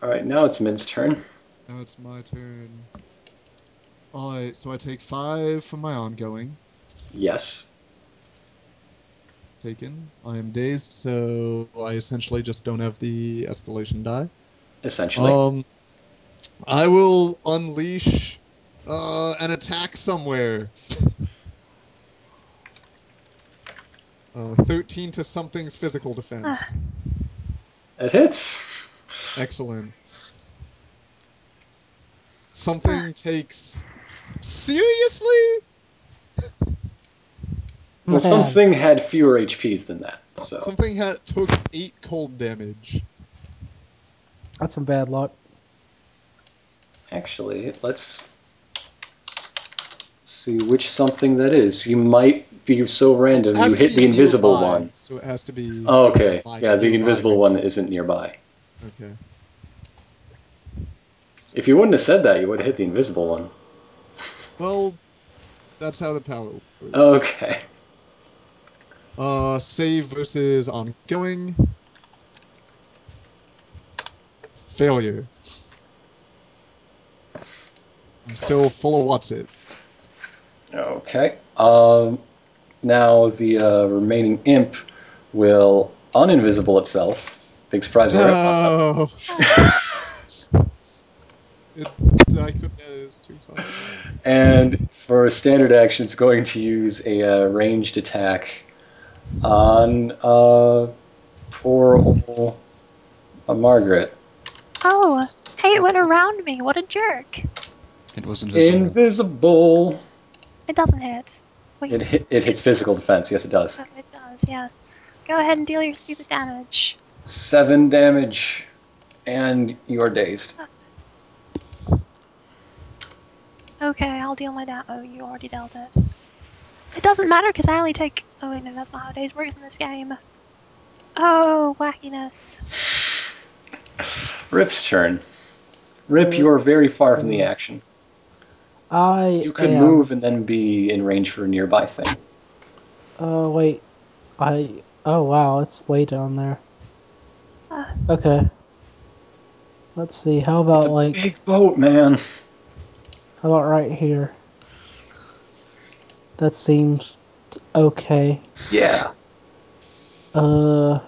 S5: All right, now it's Min's turn.
S2: Now it's my turn. Alright, so I take five from my ongoing.
S5: Yes.
S2: taken. I am dazed, so I essentially just don't have the escalation die.
S5: essentially.
S2: Um, I will unleash uh, an attack somewhere. Uh, 13 to something's physical defense.
S5: It hits.
S2: Excellent. Something takes. Seriously?
S5: Well, something had fewer HPs than that, so
S2: Something had took 8 cold damage.
S6: That's some bad luck.
S5: actually, let's see which something that is. You might be so random
S2: It has
S5: you
S2: to be
S5: hit the invisible
S2: nearby,
S5: one.
S2: So it has to be.
S5: Oh, okay.
S2: by
S5: Yeah, the
S2: nearby
S5: invisible one
S2: radius.
S5: isn't nearby.
S2: Okay.
S5: If you wouldn't have said that, you would have hit the invisible one.
S2: Well, that's how the power works.
S5: Oh, Okay.
S2: Uh, save versus ongoing. Failure. I'm still full of what's it.
S5: Okay. Um, now the uh, remaining imp will uninvisible itself. Big surprise. we're
S2: Uh,
S5: at-
S2: No. it, I couldn't. It was too far.
S5: And for a standard action, it's going to use a uh, ranged attack on uh, poor old uh, Margaret.
S4: Oh, hey, it went around me. What a jerk.
S3: It was invisible.
S5: Invisible.
S4: It doesn't hit. Wait,
S5: It, hit, it hits physical defense. Yes, it does.
S4: oh, it does, yes. Go ahead and deal your stupid damage.
S5: Seven damage, and you're dazed.
S4: Okay, I'll deal my damage. Oh, you already dealt it. It doesn't matter because I only take. Oh, wait, no, that's not how days works in this game. Oh, wackiness.
S5: Rip's turn. Rip, you are very far from the action.
S6: I
S5: You could
S6: am-
S5: move and then be in range for a nearby thing.
S6: Oh wait, I. Oh wow, it's way down there.
S4: Ah.
S6: Okay. Let's see. How about
S5: It's a
S6: like?
S5: big boat, man.
S6: How about right here? That seems okay.
S5: Yeah.
S6: Uh.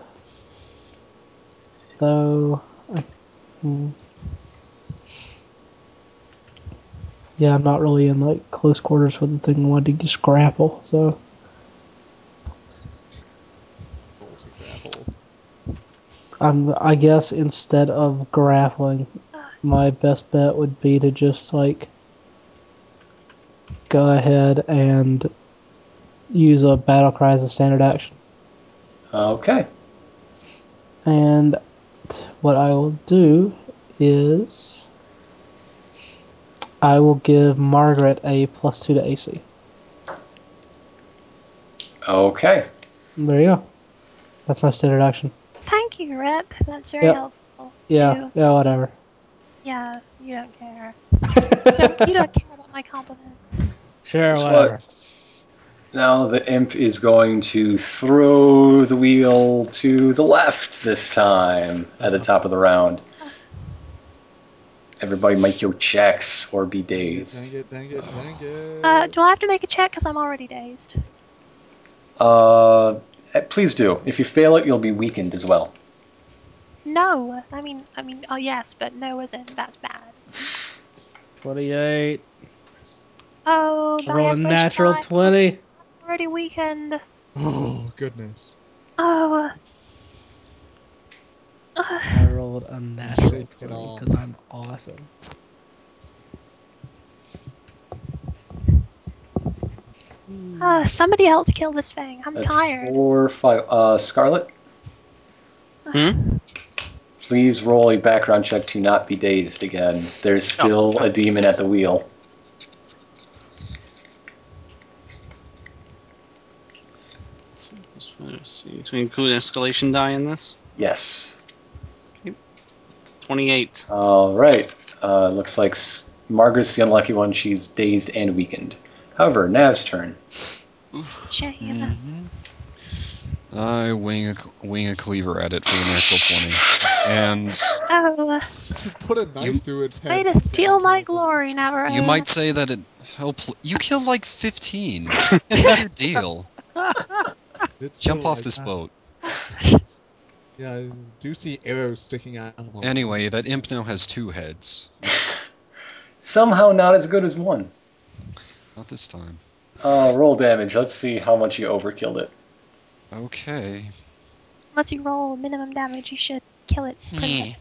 S6: Though. I, hmm. Yeah, I'm not really in like close quarters with the thing. I wanted to just grapple, so
S2: Roll to grapple.
S6: I'm. I guess instead of grappling, my best bet would be to just like go ahead and use a battle cry as a standard action.
S5: Okay.
S6: And t- what I will do is I will give Margaret a plus two to AC.
S5: Okay.
S6: There you go. That's my standard action.
S4: Thank you, Rip. That's very
S6: Yep.
S4: helpful.
S6: Yeah,
S4: Too.
S6: yeah, whatever.
S4: Yeah, you don't care. you, don't, you don't care about my compliments.
S6: Sure,
S5: That's what- Now the imp is going to throw the wheel to the left this time at the top of the round. Everybody make your checks or be
S2: Dang
S5: dazed.
S2: it! Dang it! Dang it!
S4: Uh, do I have to make a check because I'm already dazed?
S5: Uh, eh, please do. If you fail it, you'll be weakened as well.
S4: No. I mean, I mean, oh yes, but no as in that's bad.
S6: Twenty-eight.
S4: Oh, but I
S6: Roll a
S4: guess we
S6: natural
S4: should die.
S6: twenty.
S4: I'm already weakened.
S2: oh goodness!
S4: Oh. Ugh.
S6: I rolled a natural
S2: Shake it
S6: twenty
S2: off.
S6: because I'm awesome.
S4: Ah, somebody else kill this thing. I'm
S5: That's
S4: tired.
S5: four, five. Uh, Scarlet.
S1: Hmm?
S5: Please roll a background check to not be dazed again. There's still a demon at the wheel.
S1: Let's see. To include an escalation die in this?
S5: Yes.
S1: 28.
S5: All right. Uh, looks like S- Margaret's the unlucky one. She's dazed and weakened. However, Nav's turn.
S4: Shame.
S6: Hmm.
S3: I wing a, wing a cleaver at it for the natural 20. And
S4: Oh,
S2: Just put a knife
S3: You-
S2: through its
S4: way
S2: head.
S4: to steal my glory, Navarro.
S3: You might say that it. Oh, pl- you killed like 15. What's your deal?
S2: It's
S3: Jump
S2: sort
S3: off
S2: like
S3: this
S2: that.
S3: boat.
S2: Yeah, I do see arrows sticking out. of them.
S3: Anyway, that imp now has two heads.
S5: Somehow not as good as one.
S3: Not this time.
S5: Uh, roll damage. Let's see how much you overkilled it.
S3: Okay.
S4: Unless you roll minimum damage, you should kill it.
S3: Hmm.
S4: pretty much.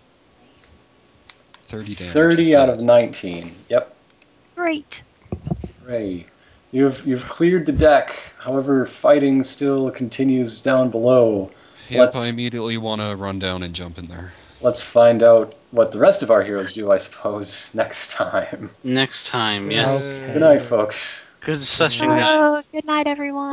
S3: 30 damage.
S5: 30
S3: instead.
S5: out of 19. Yep.
S4: Great.
S5: Ray, you've you've cleared the deck. However, fighting still continues down below.
S3: Yep,
S5: Let's-
S3: I immediately want to run down and jump in there.
S5: Let's find out what the rest of our heroes do, I suppose, next time.
S1: Next time,
S2: Yeah.
S1: yes.
S6: Okay.
S5: Good night, folks.
S1: Good session,
S4: Oh,
S1: guys.
S4: good night, everyone.